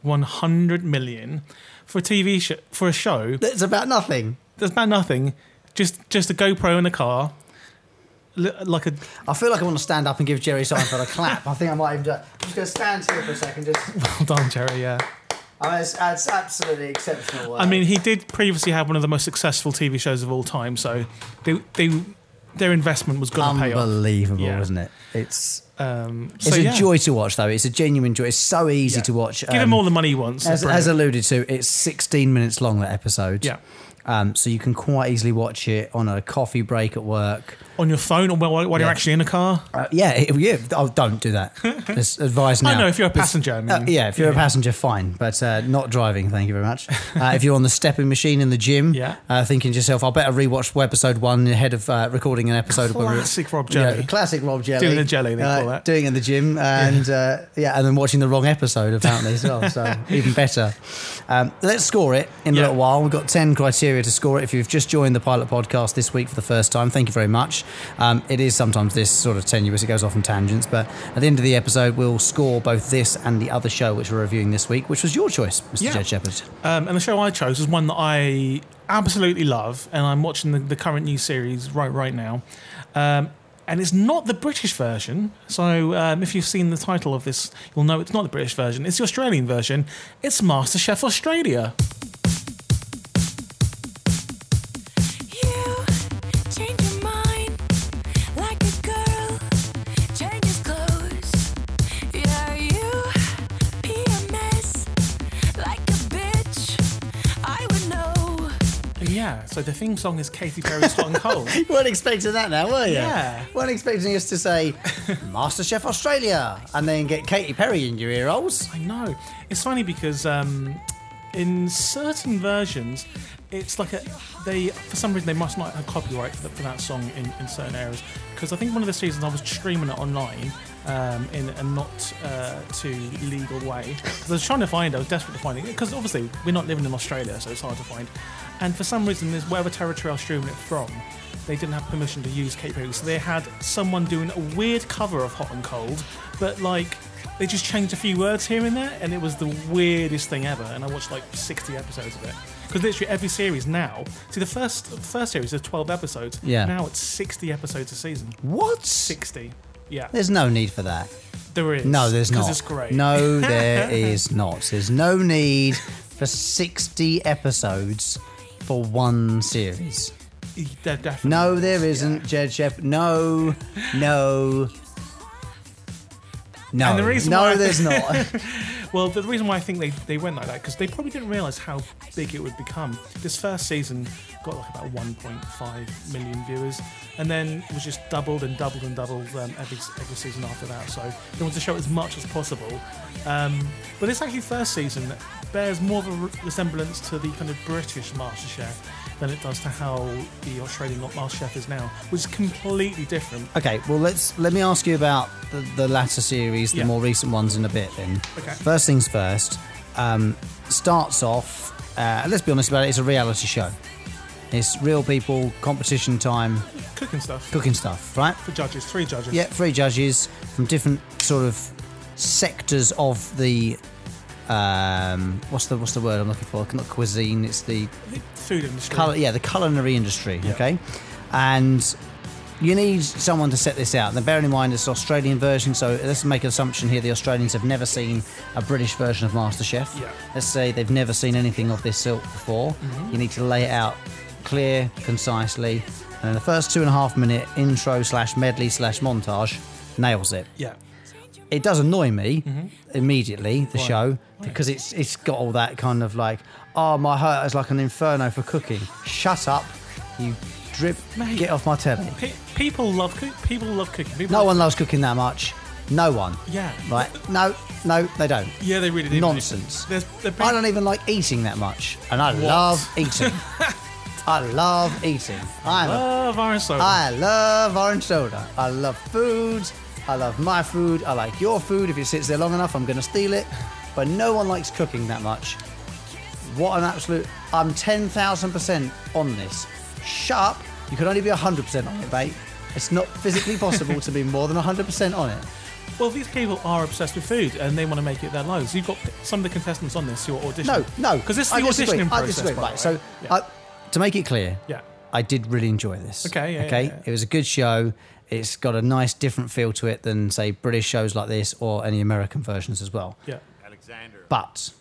Speaker 3: One hundred million for a TV show for a show
Speaker 2: That's about nothing.
Speaker 3: that's about nothing. Just just a GoPro in a car, li- like a
Speaker 2: I feel like I want to stand up and give Jerry Seinfeld a clap. I think I might even do it. I'm just going to stand here for a second. Just,
Speaker 3: well done, Jerry. Yeah.
Speaker 2: I mean, it's, it's absolutely exceptional work.
Speaker 3: I mean, he did previously have one of the most successful TV shows of all time, so they they their investment was going to pay off.
Speaker 2: unbelievable,
Speaker 3: Yeah.
Speaker 2: isn't it? It's
Speaker 3: Um, so
Speaker 2: it's a
Speaker 3: yeah,
Speaker 2: joy to watch, though. It's a genuine joy. It's so easy
Speaker 3: Yeah.
Speaker 2: to watch.
Speaker 3: Give him
Speaker 2: um,
Speaker 3: all the money he wants.
Speaker 2: As,
Speaker 3: Brilliant.
Speaker 2: as alluded to, it's 16 minutes long that episode.
Speaker 3: Yeah.
Speaker 2: Um, so you can quite easily watch it on a coffee break at work.
Speaker 3: on your phone or while, while you're
Speaker 2: Yeah.
Speaker 3: actually in a car.
Speaker 2: Uh, yeah, it- yeah. Oh, don't do that. This advice now.
Speaker 3: I know if you're a
Speaker 2: This-
Speaker 3: passenger. I mean,
Speaker 2: Uh, yeah, if you're a passenger, fine, but uh, not driving. Thank you very much. Uh, if you're on the stepping machine in the gym,
Speaker 3: Yeah.
Speaker 2: uh, thinking to yourself, "I better rewatch episode one ahead of uh, recording an episode." where we're-
Speaker 3: Classic Rob Jelly.
Speaker 2: classic Rob Jelly.
Speaker 3: Doing the jelly, they
Speaker 2: uh,
Speaker 3: call that.
Speaker 2: Doing it in the gym, and yeah. Uh, yeah, and then watching the wrong episode apparently as well. So even better. Um, let's score it in a
Speaker 3: Yeah.
Speaker 2: little while. We've got ten criteria to score it. If you've just joined the pilot podcast this week for the first time, thank you very much. Um, it is sometimes this sort of tenuous; it goes off on tangents. But at the end of the episode, we'll score both this and the other show which we're reviewing this week, which was your choice, Mr.
Speaker 3: Yeah.
Speaker 2: Jed Shepard.
Speaker 3: Um, and the show I chose is one that I absolutely love, and I'm watching the, the current new series right right now. Um, and it's not the British version, so um, if you've seen the title of this, you'll know it's not the British version. It's the Australian version. It's MasterChef Australia.
Speaker 6: You change your mind like a girl changes clothes. Yeah, you be a mess like a bitch. I would know.
Speaker 3: And yeah, so the theme song is Katy Perry's Hot and Cold.
Speaker 2: You weren't expecting that now, were you?
Speaker 3: Yeah.
Speaker 2: weren't expecting us to say MasterChef Australia and then get Katy Perry in your ear holes.
Speaker 3: I know. It's funny because um, in certain versions, it's like a they for some reason they must not have copyright for, for that song in, in certain areas because I think one of the seasons I was streaming it online um, in a not uh, too legal way because I was trying to find it, I was desperate to find it because obviously we're not living in Australia so it's hard to find and for some reason there's wherever territory I was streaming it from they didn't have permission to use Cape Perry so they had someone doing a weird cover of Hot and Cold but like they just changed a few words here and there, and it was the weirdest thing ever. And I watched like 60 episodes of it because literally every series now. See, the first first series is 12 episodes.
Speaker 2: Yeah.
Speaker 3: Now it's 60 episodes a season.
Speaker 2: What?
Speaker 3: 60. Yeah.
Speaker 2: There's no need for that.
Speaker 3: There is.
Speaker 2: No, there's not.
Speaker 3: Because it's great.
Speaker 2: No, there is not. There's no need for 60 episodes for one series.
Speaker 3: There definitely
Speaker 2: No,
Speaker 3: is.
Speaker 2: there isn't, Jed Shep. No, no. No,
Speaker 3: And the reason
Speaker 2: no,
Speaker 3: why-
Speaker 2: there's not.
Speaker 3: Well, the reason why I think they, they went like that because they probably didn't realize how big it would become. This first season got like about 1.5 million viewers, and then it was just doubled and doubled and doubled um, every every season after that. So they wanted to show as much as possible. Um, but this actually first season that bears more of a re- resemblance to the kind of British MasterChef than it does to how the Australian MasterChef is now, which is completely different.
Speaker 2: Okay, well let's let me ask you about the, the latter series, the
Speaker 3: Yeah.
Speaker 2: more recent ones in a bit. Then,
Speaker 3: Okay.
Speaker 2: first things first. Um, starts off. Uh, let's be honest about it. It's a reality show. It's real people, competition time,
Speaker 3: Cooking stuff
Speaker 2: cooking stuff, right?
Speaker 3: for judges, three judges.
Speaker 2: Yeah, three judges from different sort of sectors of the. Um, what's the what's the word I'm looking for? Not cuisine. It's the
Speaker 3: Food industry.
Speaker 2: Colour, yeah, the culinary industry. Okay, and you need someone to set this out. Now, bearing in mind it's Australian version, so let's make an assumption here: the Australians have never seen a British version of MasterChef.
Speaker 3: Yeah.
Speaker 2: Let's say they've never seen anything of this ilk before.
Speaker 3: Mm-hmm.
Speaker 2: You need to lay it out clear, concisely, and in the first two and a half minute intro slash medley slash montage nails it
Speaker 3: Yeah.
Speaker 2: it does annoy me
Speaker 3: Mm-hmm.
Speaker 2: immediately the show because it's it's got all that kind of like oh my heart is like an inferno for cooking shut up you drip
Speaker 3: Mate.
Speaker 2: get off my telly
Speaker 3: Pe- people love cook. People love cooking. People
Speaker 2: no
Speaker 3: love-
Speaker 2: one loves cooking that much no one
Speaker 3: Yeah.
Speaker 2: right no no they don't
Speaker 3: Yeah, they really do.
Speaker 2: Nonsense.
Speaker 3: There's, there-
Speaker 2: i don't even like eating that much and i
Speaker 3: What?
Speaker 2: love eating i love eating i'm a
Speaker 3: love iron soda.
Speaker 2: I love orange soda. I love food. I love my food. I like your food. If it sits there long enough, I'm going to steal it. But no one likes cooking that much. What an absolute. I'm 10,000% on this. Shut up. You can only be 100% on it, babe. It's not physically possible to be more than 100% on it.
Speaker 3: well, these people are obsessed with food and they want to make it their lives. You've got p- some of the contestants on this who are auditioning.
Speaker 2: No, no.
Speaker 3: Because this is
Speaker 2: I
Speaker 3: the
Speaker 2: disagree.
Speaker 3: auditioning
Speaker 2: I
Speaker 3: process.
Speaker 2: disagree.
Speaker 3: by
Speaker 2: Right.
Speaker 3: the
Speaker 2: So,
Speaker 3: way.
Speaker 2: uh,
Speaker 3: yeah.
Speaker 2: I, to make it clear,
Speaker 3: yeah.
Speaker 2: I did really enjoy this.
Speaker 3: Okay, yeah,
Speaker 2: okay.
Speaker 3: yeah, yeah.
Speaker 2: It was a good show. It's got a nice different feel to it than say British shows like this or any American versions as well.
Speaker 3: Yeah.
Speaker 2: But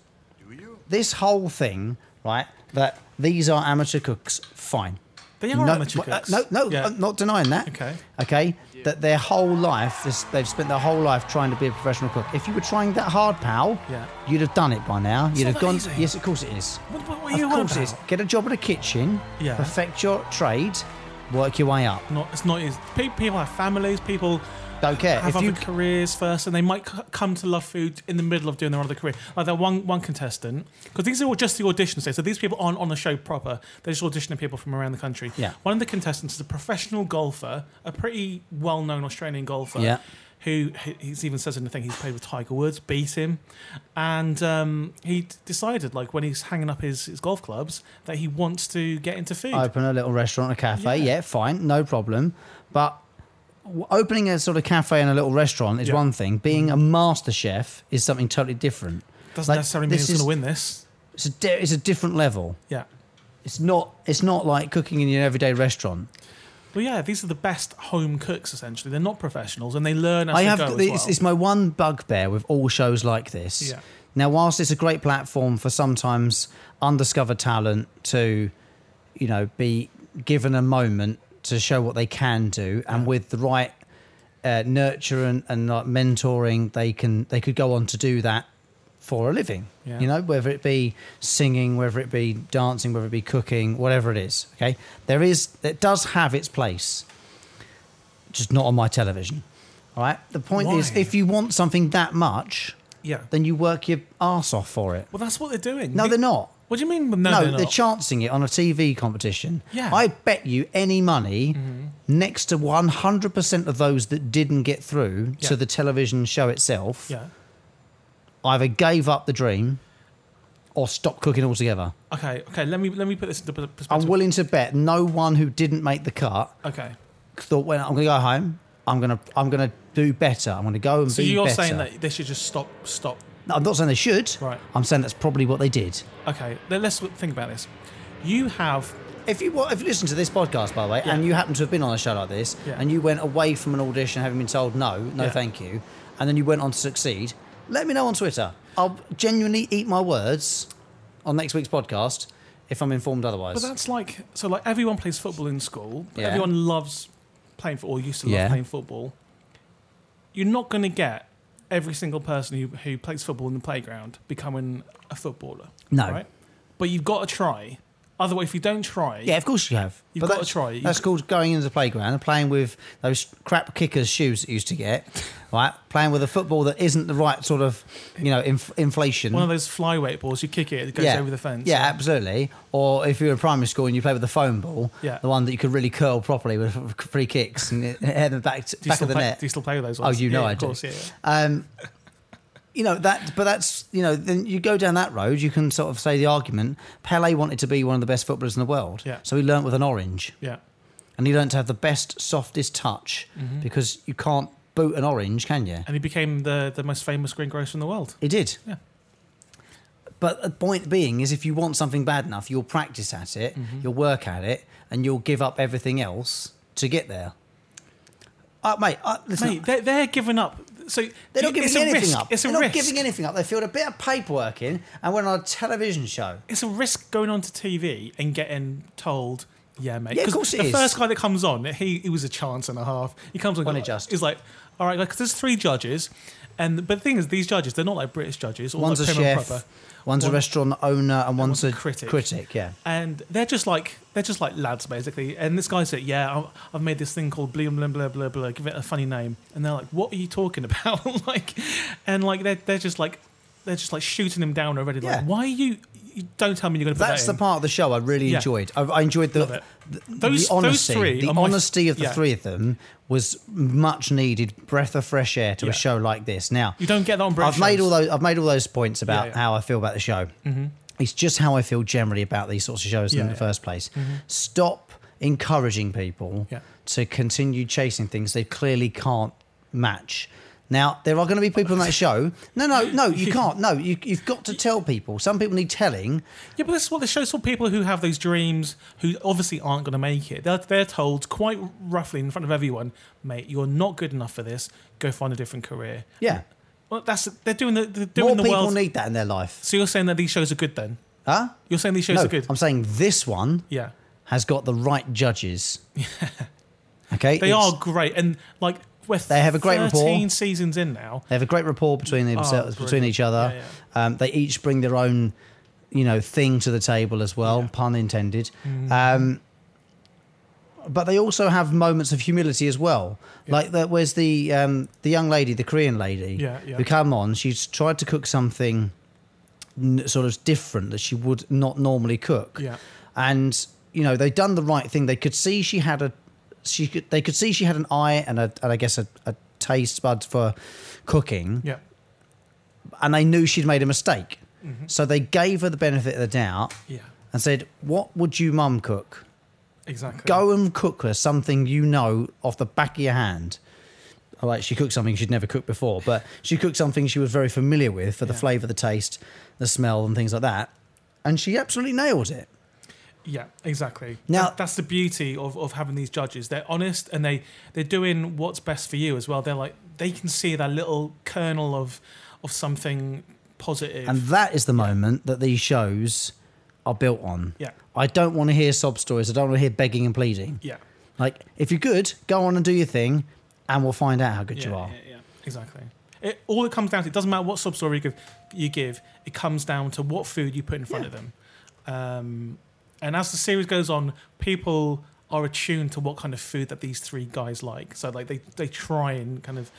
Speaker 2: this whole thing, right? That these are amateur cooks, fine.
Speaker 3: They are
Speaker 2: no,
Speaker 3: amateur
Speaker 2: uh,
Speaker 3: cooks.
Speaker 2: no, no,
Speaker 3: Yeah.
Speaker 2: I'm not denying that.
Speaker 3: Okay.
Speaker 2: Okay. That their whole life, this, they've spent their whole life trying to be a professional cook. If you were trying that hard, pal,
Speaker 3: Yeah.
Speaker 2: you'd have done it by now. you'd have
Speaker 3: not that
Speaker 2: gone.
Speaker 3: easy.
Speaker 2: Yes, of course it is.
Speaker 3: What, what, what are
Speaker 2: Of
Speaker 3: you on
Speaker 2: course it is.
Speaker 3: about?
Speaker 2: Get a job at a kitchen,
Speaker 3: Yeah.
Speaker 2: perfect your trade, work your way up.
Speaker 3: Not, it's not easy. Pe- People have families. People
Speaker 2: Don't care.
Speaker 3: have
Speaker 2: if
Speaker 3: other
Speaker 2: you
Speaker 3: careers first, and they might c- come to love food in the middle of doing their other career. Like that one one contestant, because these are all just the audition stage. So these people aren't on the show proper. They're just auditioning people from around the country.
Speaker 2: Yeah.
Speaker 3: One of the contestants is a professional golfer, a pretty well known Australian golfer.
Speaker 2: Yeah.
Speaker 3: Who he- he's even says in the thing he's played with Tiger Woods, beat him, and um, he d- decided like when he's hanging up his, his golf clubs that he wants to get into food.
Speaker 2: open a little restaurant, a cafe,
Speaker 3: Yeah.
Speaker 2: yeah, fine, no problem. But w- opening a sort of cafe and a little restaurant is
Speaker 3: Yeah.
Speaker 2: one thing. Being a master chef is something totally different.
Speaker 3: Doesn't
Speaker 2: like,
Speaker 3: necessarily mean
Speaker 2: this
Speaker 3: he's going
Speaker 2: is-
Speaker 3: to win this.
Speaker 2: It's a di- it's a different level.
Speaker 3: Yeah.
Speaker 2: It's not it's not like cooking in your everyday restaurant.
Speaker 3: Well, yeah, these are the best home cooks. Essentially, they're not professionals, and they learn as
Speaker 2: I
Speaker 3: they
Speaker 2: have
Speaker 3: go.
Speaker 2: the-
Speaker 3: as
Speaker 2: it's,
Speaker 3: well.
Speaker 2: it's my one bugbear with all shows like this.
Speaker 3: Yeah.
Speaker 2: Now, whilst it's a great platform for sometimes undiscovered talent to, you know, be given a moment to show what they can do, and with the right uh, nurture and, and like mentoring, they can they could go on to do that for a living.
Speaker 3: Yeah.
Speaker 2: You know, whether it be singing, whether it be dancing, whether it be cooking, whatever it is. Okay, there is it does have its place, just not on my television. All right. The point is,
Speaker 3: Why?
Speaker 2: if you want something that much,
Speaker 3: yeah.
Speaker 2: then you work your arse off for it.
Speaker 3: well, that's what they're doing.
Speaker 2: No,
Speaker 3: The-
Speaker 2: they're not.
Speaker 3: What do you mean? No,
Speaker 2: no,
Speaker 3: they're
Speaker 2: they're,
Speaker 3: not.
Speaker 2: chancing it on a TV competition.
Speaker 3: Yeah. Mm-hmm.
Speaker 2: I bet you any money next to 100% of those that didn't get through
Speaker 3: Yeah.
Speaker 2: to the television show itself
Speaker 3: yeah.
Speaker 2: either gave up the dream or stopped cooking altogether.
Speaker 3: Okay. Okay. Let me let me put this into per- perspective.
Speaker 2: I'm willing to bet no one who didn't make the cut
Speaker 3: Okay.
Speaker 2: thought, well, I'm going to go home. I'm going to I'm going to do better. I'm going to go and
Speaker 3: So
Speaker 2: be
Speaker 3: you're
Speaker 2: better.
Speaker 3: saying that they should just stop stop.
Speaker 2: No, I'm not saying they should.
Speaker 3: Right.
Speaker 2: I'm saying that's probably what they did.
Speaker 3: Okay. Then let's think about this. You have
Speaker 2: If you wa- if you listen to this podcast, by the way, and you happen to have been on a show like this,
Speaker 3: Yeah.
Speaker 2: and you went away from an audition having been told no, no,
Speaker 3: Yeah.
Speaker 2: thank you, and then you went on to succeed, let me know on Twitter. I'll genuinely eat my words on next week's podcast if I'm informed otherwise.
Speaker 3: But that's like so like everyone plays football in school. But
Speaker 2: Yeah.
Speaker 3: Everyone loves playing football. Or used to love
Speaker 2: Yeah.
Speaker 3: playing football. You're not going to get every single person who, who plays football in the playground becoming a footballer.
Speaker 2: No.
Speaker 3: But you've got to try. Otherwise, if you don't try,
Speaker 2: yeah, of course you have.
Speaker 3: You've
Speaker 2: But
Speaker 3: gotta
Speaker 2: that's-
Speaker 3: try. You-
Speaker 2: That's called going into the playground and playing with those crap kickers' shoes that you used to get, right? playing with a football that isn't the right sort of, you know, inf- inflation.
Speaker 3: one of those flyweight balls, you kick it, it goes over the fence.
Speaker 2: Yeah, absolutely. Or if you were in primary school and you played with the foam ball,
Speaker 3: Yeah.
Speaker 2: the one that you could really curl properly with free kicks and it- head and back,
Speaker 3: Do you,
Speaker 2: back
Speaker 3: still
Speaker 2: of the
Speaker 3: play,
Speaker 2: net.
Speaker 3: do you still play with those
Speaker 2: Oh,
Speaker 3: ones?
Speaker 2: you know
Speaker 3: yeah,
Speaker 2: I
Speaker 3: of
Speaker 2: do.
Speaker 3: course, yeah, yeah.
Speaker 2: Um, you know that, but that's you know then you go down that road. You can sort of say the argument. Pele wanted to be one of the best footballers in the world,
Speaker 3: Yeah.
Speaker 2: so he learnt with an orange,
Speaker 3: Yeah.
Speaker 2: and he learnt to have the best, softest touch
Speaker 3: Mm-hmm.
Speaker 2: because you can't boot an orange, can you?
Speaker 3: And he became the, the most famous greengrocer in the world.
Speaker 2: He did.
Speaker 3: Yeah.
Speaker 2: But the point being is, if you want something bad enough, you'll practice at it,
Speaker 3: Mm-hmm.
Speaker 2: you'll work at it, and you'll give up everything else to get there. Uh, mate, uh, listen,
Speaker 3: Mate, they're, they're giving up. So
Speaker 2: they're not
Speaker 3: you-
Speaker 2: giving
Speaker 3: it's a
Speaker 2: anything
Speaker 3: risk.
Speaker 2: up.
Speaker 3: It's a
Speaker 2: they're
Speaker 3: risk.
Speaker 2: not giving anything up. They filled a bit of paperwork in and went on a television show.
Speaker 3: it's a risk going onto TV and getting told, yeah, mate.
Speaker 2: Yeah, of
Speaker 3: 'Cause
Speaker 2: course it
Speaker 3: the
Speaker 2: is.
Speaker 3: first guy that comes on, he, he was a chance and a half. He comes on,
Speaker 2: Wasn't
Speaker 3: like-
Speaker 2: it just?
Speaker 3: he's like, all right, because there's three judges, and but the thing is, these judges they're not like British judges. All
Speaker 2: One's a
Speaker 3: like prim and
Speaker 2: chef,
Speaker 3: proper.
Speaker 2: one's a
Speaker 3: One-
Speaker 2: restaurant owner, and one's, a critic.
Speaker 3: critic.
Speaker 2: Critic, yeah.
Speaker 3: and they're just like they're just like lads basically. And this guy said, "Yeah, I'm- I've made this thing called Bleem blah blah blah blah. Give it a funny name." And they're like, "What are you talking about?" like, and like they're they're just like they're just like shooting him down already.
Speaker 2: Yeah.
Speaker 3: Like, why are you? you don't tell me you're going to put
Speaker 2: That's
Speaker 3: that
Speaker 2: the
Speaker 3: in.
Speaker 2: part of the show I really
Speaker 3: Yeah.
Speaker 2: enjoyed. I, I enjoyed the,
Speaker 3: it.
Speaker 2: the,
Speaker 3: Those-
Speaker 2: the
Speaker 3: those
Speaker 2: honesty.
Speaker 3: three
Speaker 2: the
Speaker 3: are my-
Speaker 2: honesty of the
Speaker 3: yeah.
Speaker 2: three of them was much needed breath of fresh air to
Speaker 3: Yeah.
Speaker 2: a show like this. Now
Speaker 3: You don't get that on British
Speaker 2: I've made
Speaker 3: shows.
Speaker 2: all those. I've made all those points about
Speaker 3: yeah. Mm-hmm.
Speaker 2: how I feel about the show. It's just how I feel generally about these sorts of shows
Speaker 3: Yeah,
Speaker 2: in the
Speaker 3: yeah.
Speaker 2: first place. Stop encouraging people
Speaker 3: Yeah.
Speaker 2: to continue chasing things they clearly can't match. Now there are going to be people on that show. No, no, no. You can't. No, you, you've got to tell people. Some people need telling.
Speaker 3: Yeah, but this is what the show's for people who have those dreams who obviously aren't going to make it. They're, they're told quite roughly in front of everyone, mate, you're not good enough for this. Go find a different career.
Speaker 2: Yeah.
Speaker 3: Well, that's they're doing the they're doing
Speaker 2: More
Speaker 3: the
Speaker 2: people
Speaker 3: world.
Speaker 2: need that in their life.
Speaker 3: so you're saying that these shows are good then?
Speaker 2: Huh?
Speaker 3: You're saying these shows
Speaker 2: No,
Speaker 3: are good?
Speaker 2: I'm saying this one
Speaker 3: yeah,
Speaker 2: has got the right judges. Okay?
Speaker 3: they
Speaker 2: it's-
Speaker 3: are great, and like with
Speaker 2: They have a great
Speaker 3: 13
Speaker 2: rapport.
Speaker 3: seasons in now.
Speaker 2: They have a great rapport between themselves, between
Speaker 3: Oh, brilliant.
Speaker 2: each other.
Speaker 3: Yeah,
Speaker 2: Um, they each bring their own, you know, thing to the table as well, pun intended.
Speaker 3: Mm.
Speaker 2: Um, but they also have moments of humility as well. Like that, where's the um, the young lady, the Korean lady,
Speaker 3: Yeah, yeah.
Speaker 2: who come on? She's tried to cook something n- sort of different that she would not normally cook.
Speaker 3: Yeah.
Speaker 2: And you know they'd done the right thing. They could see she had a, she could they could see she had an eye and a and I guess a, a taste bud for cooking,
Speaker 3: Yeah,
Speaker 2: and they knew she'd made a mistake. So they gave her the benefit of the doubt
Speaker 3: yeah,
Speaker 2: and said, "What would you mum cook?
Speaker 3: exactly.
Speaker 2: Go and cook her something you know off the back of your hand." All right, she cooked something she'd never cooked before, but she cooked something she was very familiar with for the
Speaker 3: Yeah.
Speaker 2: flavour, the taste, the smell, and things like that. And she absolutely nailed it.
Speaker 3: Yeah, exactly.
Speaker 2: Now-
Speaker 3: That- that's the beauty of, of having these judges. They're honest and they they're doing what's best for you as well. They're like they can see that little kernel of of something positive.
Speaker 2: And that is the moment that these shows are built on.
Speaker 3: Yeah.
Speaker 2: I don't want to hear sob stories. I don't want to hear begging and pleading.
Speaker 3: yeah,
Speaker 2: Like, if you're good, go on and do your thing, and we'll find out how good
Speaker 3: yeah,
Speaker 2: you are.
Speaker 3: yeah, yeah, exactly. It, all it comes down to it doesn't matter what sub story you give, you give. It comes down to what food you put in front of them. Um, and as the series goes on, people are attuned to what kind of food that these three guys like. So like they they try and kind of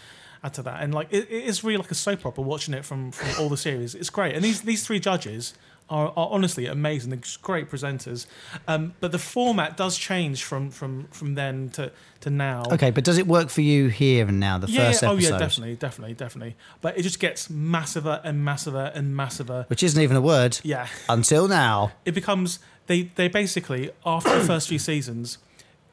Speaker 3: add to that. And like it, it is really like a soap opera watching it from, from all the series. It's great. And these these three judges are, are honestly amazing. They're just great presenters. Um, but the format does change from from from then to to now.
Speaker 2: Okay, but does it work for you here and now, the first
Speaker 3: yeah.
Speaker 2: episode?
Speaker 3: Oh yeah, definitely, definitely, definitely. But it just gets massiver and massiver and massiver.
Speaker 2: Which isn't even a word
Speaker 3: Yeah,
Speaker 2: until now.
Speaker 3: it becomes they they basically after the first few seasons,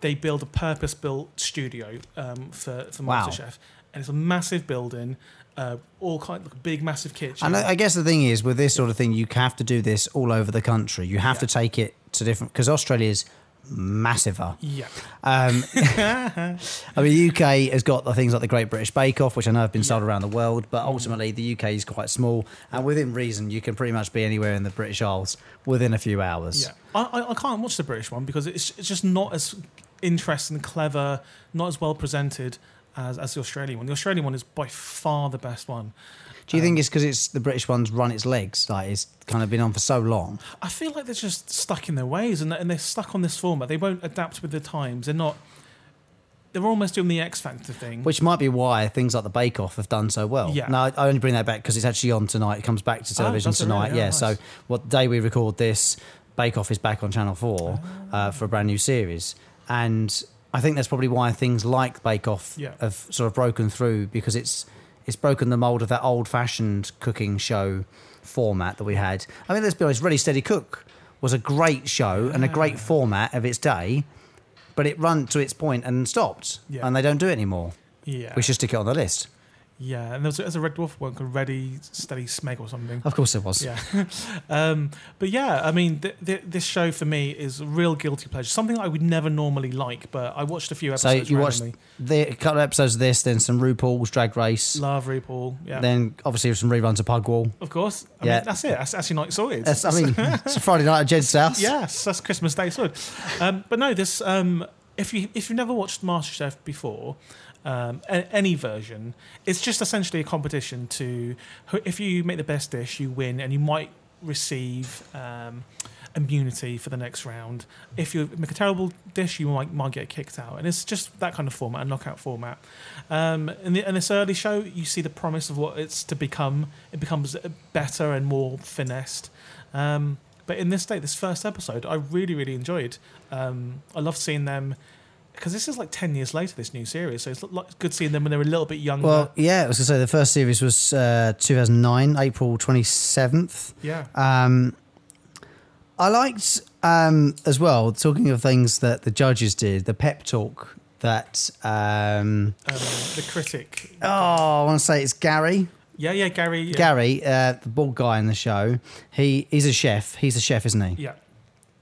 Speaker 3: they build a purpose-built studio um, for for
Speaker 2: Wow.
Speaker 3: MasterChef, and it's a massive building, uh, all kind of big, massive kitchen.
Speaker 2: And I I guess the thing is, with this sort of thing, you have to do this all over the country. You have to take it to different because Australia's massiver.
Speaker 3: Yeah.
Speaker 2: Um, I mean, UK has got the things like the Great British Bake Off, which I know have been sold around the world, but ultimately the UK is quite small, and within reason, you can pretty much be anywhere in the British Isles within a few hours.
Speaker 3: Yeah, I, I, I can't watch the British one because it's, it's just not as interesting, clever, not as well presented as, as the Australian one. The Australian one is by far the best one.
Speaker 2: Do you think it's because it's the British ones run its legs, like it's kind of been on for so long?
Speaker 3: I feel like they're just stuck in their ways and, and they're stuck on this format. They won't adapt with the times. They're not. They're almost doing the X Factor thing.
Speaker 2: Which might be why things like the Bake Off have done so well.
Speaker 3: Yeah.
Speaker 2: No, I I only bring that back because it's actually on tonight. It comes back to television
Speaker 3: does it
Speaker 2: tonight.
Speaker 3: really? Oh,
Speaker 2: yeah.
Speaker 3: nice.
Speaker 2: So what the day we record this, Bake Off is back on Channel Four uh, for a brand new series, and I think that's probably why things like Bake Off
Speaker 3: Yeah.
Speaker 2: have sort of broken through because it's it's broken the mold of that old-fashioned cooking show format that we had. I mean, let's be honest. Ready Steady Cook was a great show and a great format of its day. But it run to its point and stopped,
Speaker 3: Yeah.
Speaker 2: and they don't do it anymore.
Speaker 3: yeah,
Speaker 2: We should stick it on the list.
Speaker 3: yeah. And there's, there's a Red Dwarf one called Ready Steady Smeg or something.
Speaker 2: Of course it was.
Speaker 3: Yeah. um, but yeah, I mean, th- th- this show for me is a real guilty pleasure. Something I would never normally like, but I watched a few
Speaker 2: So
Speaker 3: episodes.
Speaker 2: you watched
Speaker 3: randomly.
Speaker 2: the, a couple of episodes of this, then some RuPaul's Drag Race,
Speaker 3: Love RuPaul. Yeah.
Speaker 2: then obviously some reruns of Pugwall.
Speaker 3: of course. I
Speaker 2: Yeah.
Speaker 3: mean, that's it. That's actually not sorted.
Speaker 2: That's, I mean, it's a Friday night at Jed's house.
Speaker 3: Yes, that's Christmas Day sorted. Um, but no, this um, if you if you've never watched MasterChef before, um, a- any version, it's just essentially a competition to who- if you make the best dish, you win, and you might receive. Um, immunity for the next round if you make a terrible dish you might, might get kicked out and it's just that kind of format a knockout format um, in, the, in this early show you see the promise of what it's to become it becomes better and more finessed um, but in this day, this first episode, I really, really enjoyed. Um, I love seeing them because this is like ten years later. This new series, so it's lo- like good seeing them when they're a little bit younger.
Speaker 2: Well, yeah, I was going to say the first series was uh, 2009, April 27th.
Speaker 3: yeah,
Speaker 2: Um, I liked um, as well, talking of things that the judges did, the pep talk that, um,
Speaker 3: um, the critic.
Speaker 2: oh, I want to say it's Gary.
Speaker 3: Yeah, yeah, Gary. Yeah,
Speaker 2: Gary, uh, the bald guy in the show, he he's a chef. He's a chef, isn't he?
Speaker 3: yeah,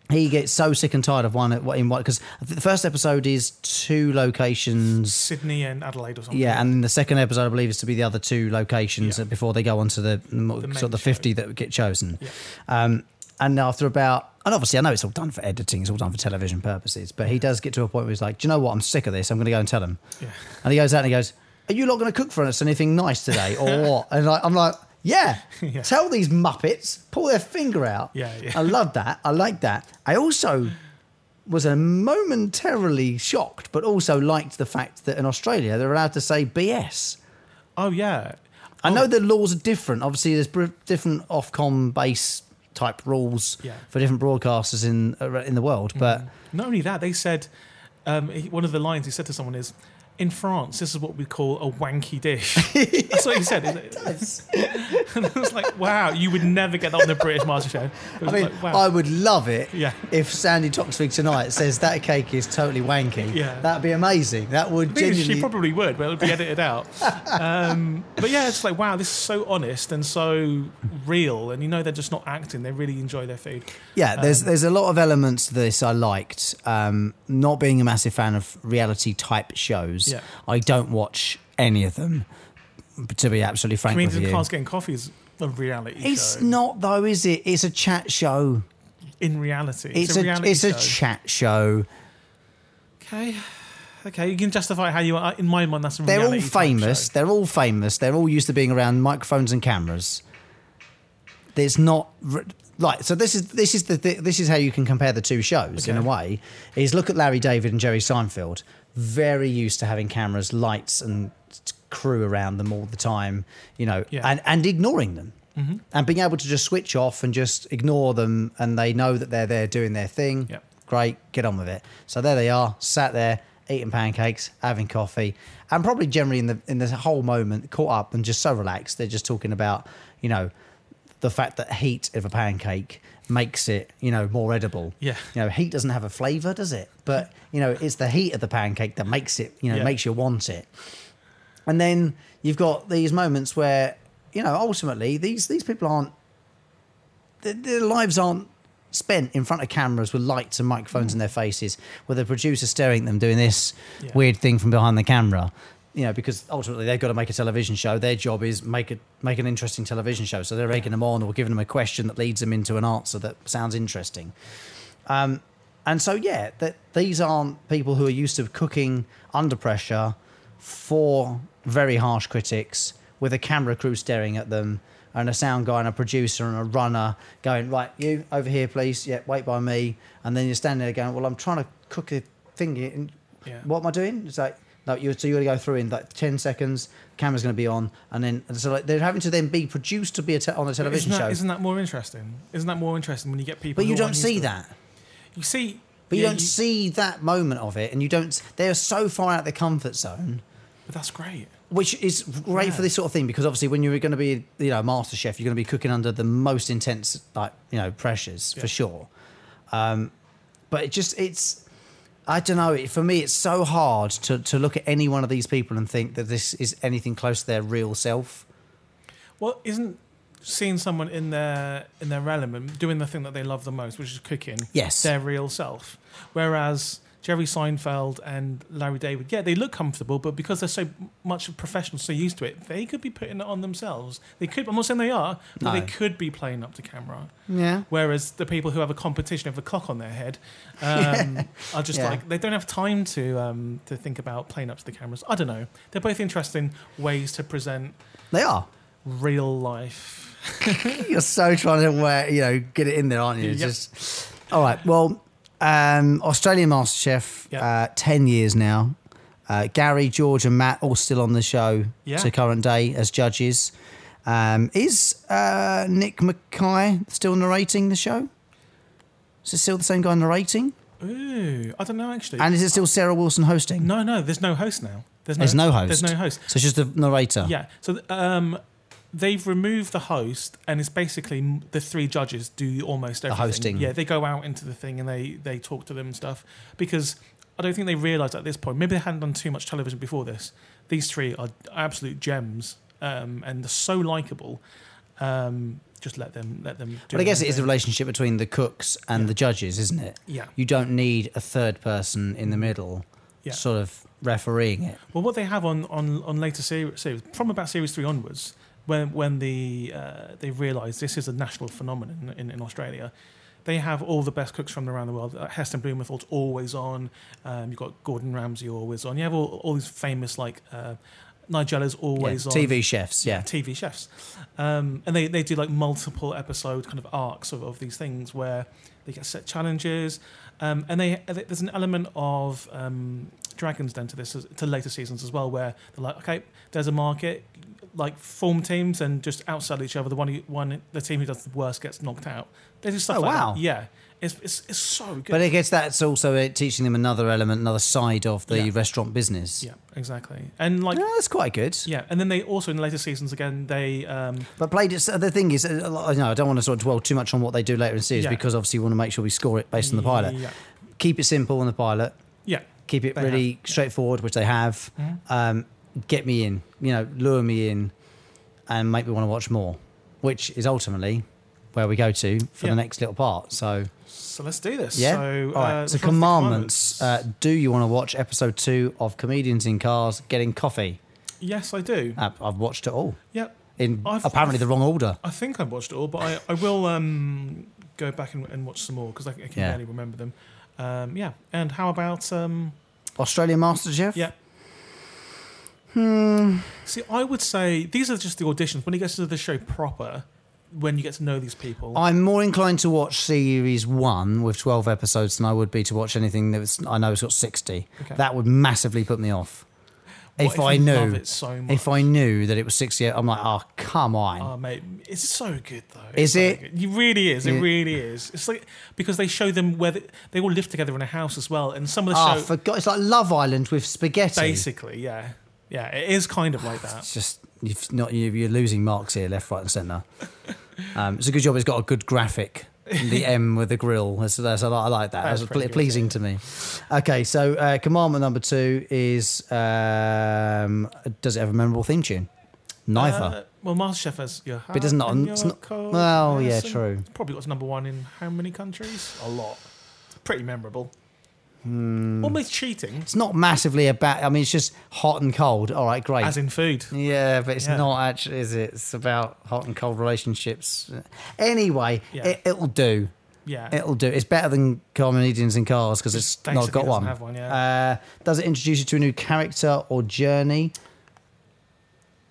Speaker 2: he gets so sick and tired of one at in one because the first episode is two locations.
Speaker 3: Sydney and Adelaide or something.
Speaker 2: Yeah, and the second episode, I believe, is to be the other two locations
Speaker 3: Yeah.
Speaker 2: before they go on to the, mo-
Speaker 3: The main
Speaker 2: sort of the
Speaker 3: show.
Speaker 2: fifty that get chosen. Um, and after about, and obviously, I know it's all done for editing, it's all done for television purposes. But he does get to a point where he's like, "Do you know what? I'm sick of this. I'm going to go and tell them."
Speaker 3: Yeah.
Speaker 2: And he goes out and he goes, "Are you not going to cook for us anything nice today, or what?" And I, I'm like, "Yeah,
Speaker 3: Yeah.
Speaker 2: tell these muppets, pull their finger out."
Speaker 3: Yeah, yeah.
Speaker 2: I love that. I like that. I also was a momentarily shocked, but also liked the fact that in Australia they're allowed to say BS.
Speaker 3: Oh yeah.
Speaker 2: I
Speaker 3: Oh.
Speaker 2: know the laws are different. Obviously, there's br- different Ofcom base type rules
Speaker 3: Yeah. Mm.
Speaker 2: for different broadcasters in ar- in the world, but
Speaker 3: Not only that, they said um, he- one of the lines he said to someone is, "In France, this is what we call a wanky dish." That's what he said. isn't it? and I was like, "Wow, you would never get that on the British MasterChef." It
Speaker 2: I
Speaker 3: was
Speaker 2: mean,
Speaker 3: like, wow.
Speaker 2: I would love it
Speaker 3: Yeah.
Speaker 2: if Sandy Toxvig tonight says that cake is totally wanky.
Speaker 3: Yeah.
Speaker 2: That'd be amazing. That would
Speaker 3: I think
Speaker 2: genuinely.
Speaker 3: She probably would, but it would be edited out. Um, but yeah, it's like, wow, this is so honest and so real. And you know, they're just not acting, they really enjoy their food.
Speaker 2: yeah, there's
Speaker 3: Um,
Speaker 2: there's a lot of elements to this I liked. Um, not being a massive fan of reality type shows,
Speaker 3: Yeah.
Speaker 2: I don't watch any of them. To be absolutely frank
Speaker 3: I mean,
Speaker 2: with
Speaker 3: the
Speaker 2: you,
Speaker 3: cars getting coffee is a reality
Speaker 2: it's
Speaker 3: show.
Speaker 2: not though, is it? It's a chat show.
Speaker 3: in reality.
Speaker 2: It's,
Speaker 3: a,
Speaker 2: a,
Speaker 3: reality
Speaker 2: it's
Speaker 3: show.
Speaker 2: a chat show.
Speaker 3: okay. Okay, you can justify how you are. In my mind, that's a
Speaker 2: They're all
Speaker 3: reality type
Speaker 2: famous.
Speaker 3: show.
Speaker 2: They're all famous. They're all used to being around microphones and cameras. There's not r- like so. This is this is the thi- this is how you can compare the two shows in a
Speaker 3: Okay.
Speaker 2: way. Is look at Larry David and Jerry Seinfeld. Very used to having cameras, lights, and t- crew around them all the time. You know,
Speaker 3: Yeah.
Speaker 2: and and ignoring them.
Speaker 3: Mm-hmm.
Speaker 2: And being able to just switch off and just ignore them, and they know that they're there doing their thing.
Speaker 3: Yeah.
Speaker 2: Great, get on with it. So there they are, sat there eating pancakes, having coffee, and probably generally in the in the whole moment caught up and just so relaxed. They're just talking about you know the fact that heat of a pancake makes it you know more edible.
Speaker 3: Yeah.
Speaker 2: you know heat doesn't have a flavour, does it? But you know it's the heat of the pancake that makes it you know
Speaker 3: Yeah.
Speaker 2: makes you want it. And then you've got these moments where you know ultimately these these people aren't their, their lives aren't spent in front of cameras with lights and microphones in their faces, with a producer staring at them doing this
Speaker 3: Yeah.
Speaker 2: weird thing from behind the camera. You know, because ultimately they've got to make a television show. Their job is make a make an interesting television show. So they're egging them on or giving them a question that leads them into an answer that sounds interesting. Um, and so, yeah, that these aren't people who are used to cooking under pressure for very harsh critics with a camera crew staring at them and a sound guy and a producer and a runner going, right, you over here, please. Yeah, wait by me. And then you're standing there going, well, I'm trying to cook a thing. here And
Speaker 3: Yeah.
Speaker 2: What am I doing? It's like, no, you so you got to go through in like 10 seconds, camera's going to be on. And then, and so like, they're having to then be produced to be a te- on a television
Speaker 3: Isn't that,
Speaker 2: show.
Speaker 3: isn't that more interesting? Isn't that more interesting when you get people?
Speaker 2: but
Speaker 3: who
Speaker 2: you don't
Speaker 3: aren't used
Speaker 2: see
Speaker 3: to it?
Speaker 2: that.
Speaker 3: You see,
Speaker 2: But you
Speaker 3: yeah,
Speaker 2: don't see that moment of it, and you don't. They are so far out of their comfort zone,
Speaker 3: But that's great.
Speaker 2: which is great for
Speaker 3: Yeah.
Speaker 2: this sort of thing because obviously, when you're going to be, you know, master chef, you're going to be cooking under the most intense, like you know, pressures for sure. Um, but it just it's, I don't know. It, for me, it's so hard to to look at any one of these people and think that this is anything close to their real self.
Speaker 3: Well, isn't seeing someone in their in their element doing the thing that they love the most, which is cooking,
Speaker 2: Yes.
Speaker 3: their real self. Whereas Jerry Seinfeld and Larry David, yeah, they look comfortable, but because they're so much of professionals, so used to it, they could be putting it on themselves. They could. I'm not saying they are, but
Speaker 2: No. Mm.
Speaker 3: they could be playing up to camera.
Speaker 2: Yeah.
Speaker 3: Whereas the people who have a competition over a clock on their head um, are just
Speaker 2: Yeah.
Speaker 3: like they don't have time to um, to think about playing up to the cameras. I don't know. They're both interesting ways to present
Speaker 2: They are.
Speaker 3: real life.
Speaker 2: You're so trying to wear, you know, get it in there, aren't you? It's
Speaker 3: Yep.
Speaker 2: Just all right. Well, um, Australian MasterChef,
Speaker 3: Yep.
Speaker 2: uh, ten years now. Uh, Gary, George, and Matt all still on the show
Speaker 3: Yeah.
Speaker 2: to current day as judges. Um, is uh, Nick Mackay still narrating the show? Is it still the same guy narrating?
Speaker 3: Ooh, I don't know actually.
Speaker 2: And is it still Sarah Wilson hosting?
Speaker 3: no, no, there's no host now. There's no,
Speaker 2: There's no host. Oh.
Speaker 3: There's no host.
Speaker 2: So it's just the narrator.
Speaker 3: Yeah. So um, they've removed the host, and it's basically m- the three judges do almost everything.
Speaker 2: hosting.
Speaker 3: Yeah, they go out into the thing and they they talk to them and stuff because I don't think they realised at this point. Maybe they hadn't done too much television before this. These three are absolute gems, um, and they're so likable. Um, just let them let them. Do
Speaker 2: But I guess
Speaker 3: their
Speaker 2: it is the
Speaker 3: thing.
Speaker 2: relationship between the cooks and the judges, isn't it?
Speaker 3: Yeah.
Speaker 2: You don't need a third person in the middle,
Speaker 3: Mm. Yeah.
Speaker 2: sort of refereeing it.
Speaker 3: Well, what they have on on, on later series, series, from about series three onwards, when when the uh, they realise this is a national phenomenon in, in Australia, they have all the best cooks from around the world. Like Heston Blumenthal's always on. Um, you've got Gordon Ramsay always on. You have all, all these famous like uh, Nigella's
Speaker 2: Yeah,
Speaker 3: always on.
Speaker 2: TV chefs, yeah.
Speaker 3: TV chefs. Um, and they, they do like multiple episode kind of arcs of, of these things where they get set challenges. Um, and they there's an element of um, Dragon's Den to this, as- to later seasons as well, where they're like, okay, there's a market, like form teams and just outside each other. The one, who, one the team who does the worst gets knocked out. They do stuff
Speaker 2: Oh,
Speaker 3: like
Speaker 2: wow.
Speaker 3: that. Yeah. It's, it's, it's so good.
Speaker 2: But I guess that's also uh, teaching them another element, another side of the
Speaker 3: Yeah.
Speaker 2: restaurant business.
Speaker 3: yeah, exactly. And like,
Speaker 2: Yeah, that's quite good.
Speaker 3: yeah. And then they also, in later seasons again, they. Um,
Speaker 2: But played it. so The thing is, uh, a lot- you know, I don't want to sort of dwell too much on what they do later in the series
Speaker 3: Yeah.
Speaker 2: because obviously we want to make sure we score it based on the pilot.
Speaker 3: Yeah.
Speaker 2: Keep it simple on the pilot.
Speaker 3: yeah.
Speaker 2: Keep it
Speaker 3: They
Speaker 2: really straightforward, which they have.
Speaker 3: Mm-hmm.
Speaker 2: Um, get me in, you know, lure me in, and make me want to watch more, which is ultimately where we go to for
Speaker 3: Yeah.
Speaker 2: the next little part. So.
Speaker 3: So let's do this.
Speaker 2: Yeah.
Speaker 3: So,
Speaker 2: All right.
Speaker 3: uh,
Speaker 2: so
Speaker 3: from the
Speaker 2: commandments. Uh, do you want to watch episode two of Comedians in Cars Getting Coffee?
Speaker 3: yes, I do.
Speaker 2: Uh, I've watched it all
Speaker 3: yep.
Speaker 2: in
Speaker 3: I've-
Speaker 2: apparently the wrong order.
Speaker 3: I think I watched it all, but I, I will um, go back and, and watch some more because I, I can
Speaker 2: Yeah.
Speaker 3: barely remember them. Um, yeah. And how about um,
Speaker 2: Australian MasterChef.
Speaker 3: yeah.
Speaker 2: Hmm.
Speaker 3: See, I would say these are just the auditions. When it gets to the show proper, when you get to know these people,
Speaker 2: I'm more inclined to watch series one with 12 episodes than I would be to watch anything that was, I know has got 60.
Speaker 3: Okay.
Speaker 2: That would massively put me off.
Speaker 3: What
Speaker 2: if I
Speaker 3: you
Speaker 2: knew,
Speaker 3: love it so much.
Speaker 2: if I knew that it was 68, I'm like, oh come on.
Speaker 3: Oh mate, it's so good though.
Speaker 2: Is
Speaker 3: It's so
Speaker 2: it?
Speaker 3: Good. It really is. It
Speaker 2: Yeah.
Speaker 3: really is. It's like because they show them where they, they all live together in a house as well, and some of the
Speaker 2: Ah,
Speaker 3: show
Speaker 2: for God, it's like Love Island with spaghetti.
Speaker 3: basically, yeah, yeah, it is kind of like that.
Speaker 2: It's just you've not you- you're losing marks here, left, right, and centre. Um, it's a good job. It's got a good graphic. The M with the grill. That's, that's a lot. I like that.
Speaker 3: That's
Speaker 2: That's, ple-
Speaker 3: pretty good,
Speaker 2: pleasing to me. Okay, so uh, commandment number two is: um, Does it have a memorable theme tune? Neither.
Speaker 3: Uh, Well, MasterChef has your
Speaker 2: But it's not- it's not- well, yeah, true.
Speaker 3: probably got to number one in how many countries? A lot. It's pretty memorable.
Speaker 2: Hmm.
Speaker 3: Almost cheating,
Speaker 2: It's not massively about. I mean, it's just hot and cold. All right, great.
Speaker 3: as in food.
Speaker 2: Yeah, but it's
Speaker 3: Yeah.
Speaker 2: not actually, is it? It's about hot and cold relationships. Anyway,
Speaker 3: Yeah.
Speaker 2: it, it'll do.
Speaker 3: Yeah.
Speaker 2: It'll do. It's better than Comedians in Cars because it's
Speaker 3: Basically
Speaker 2: not got
Speaker 3: doesn't
Speaker 2: one.
Speaker 3: have one, yeah.
Speaker 2: uh, does it introduce you to a new character or journey?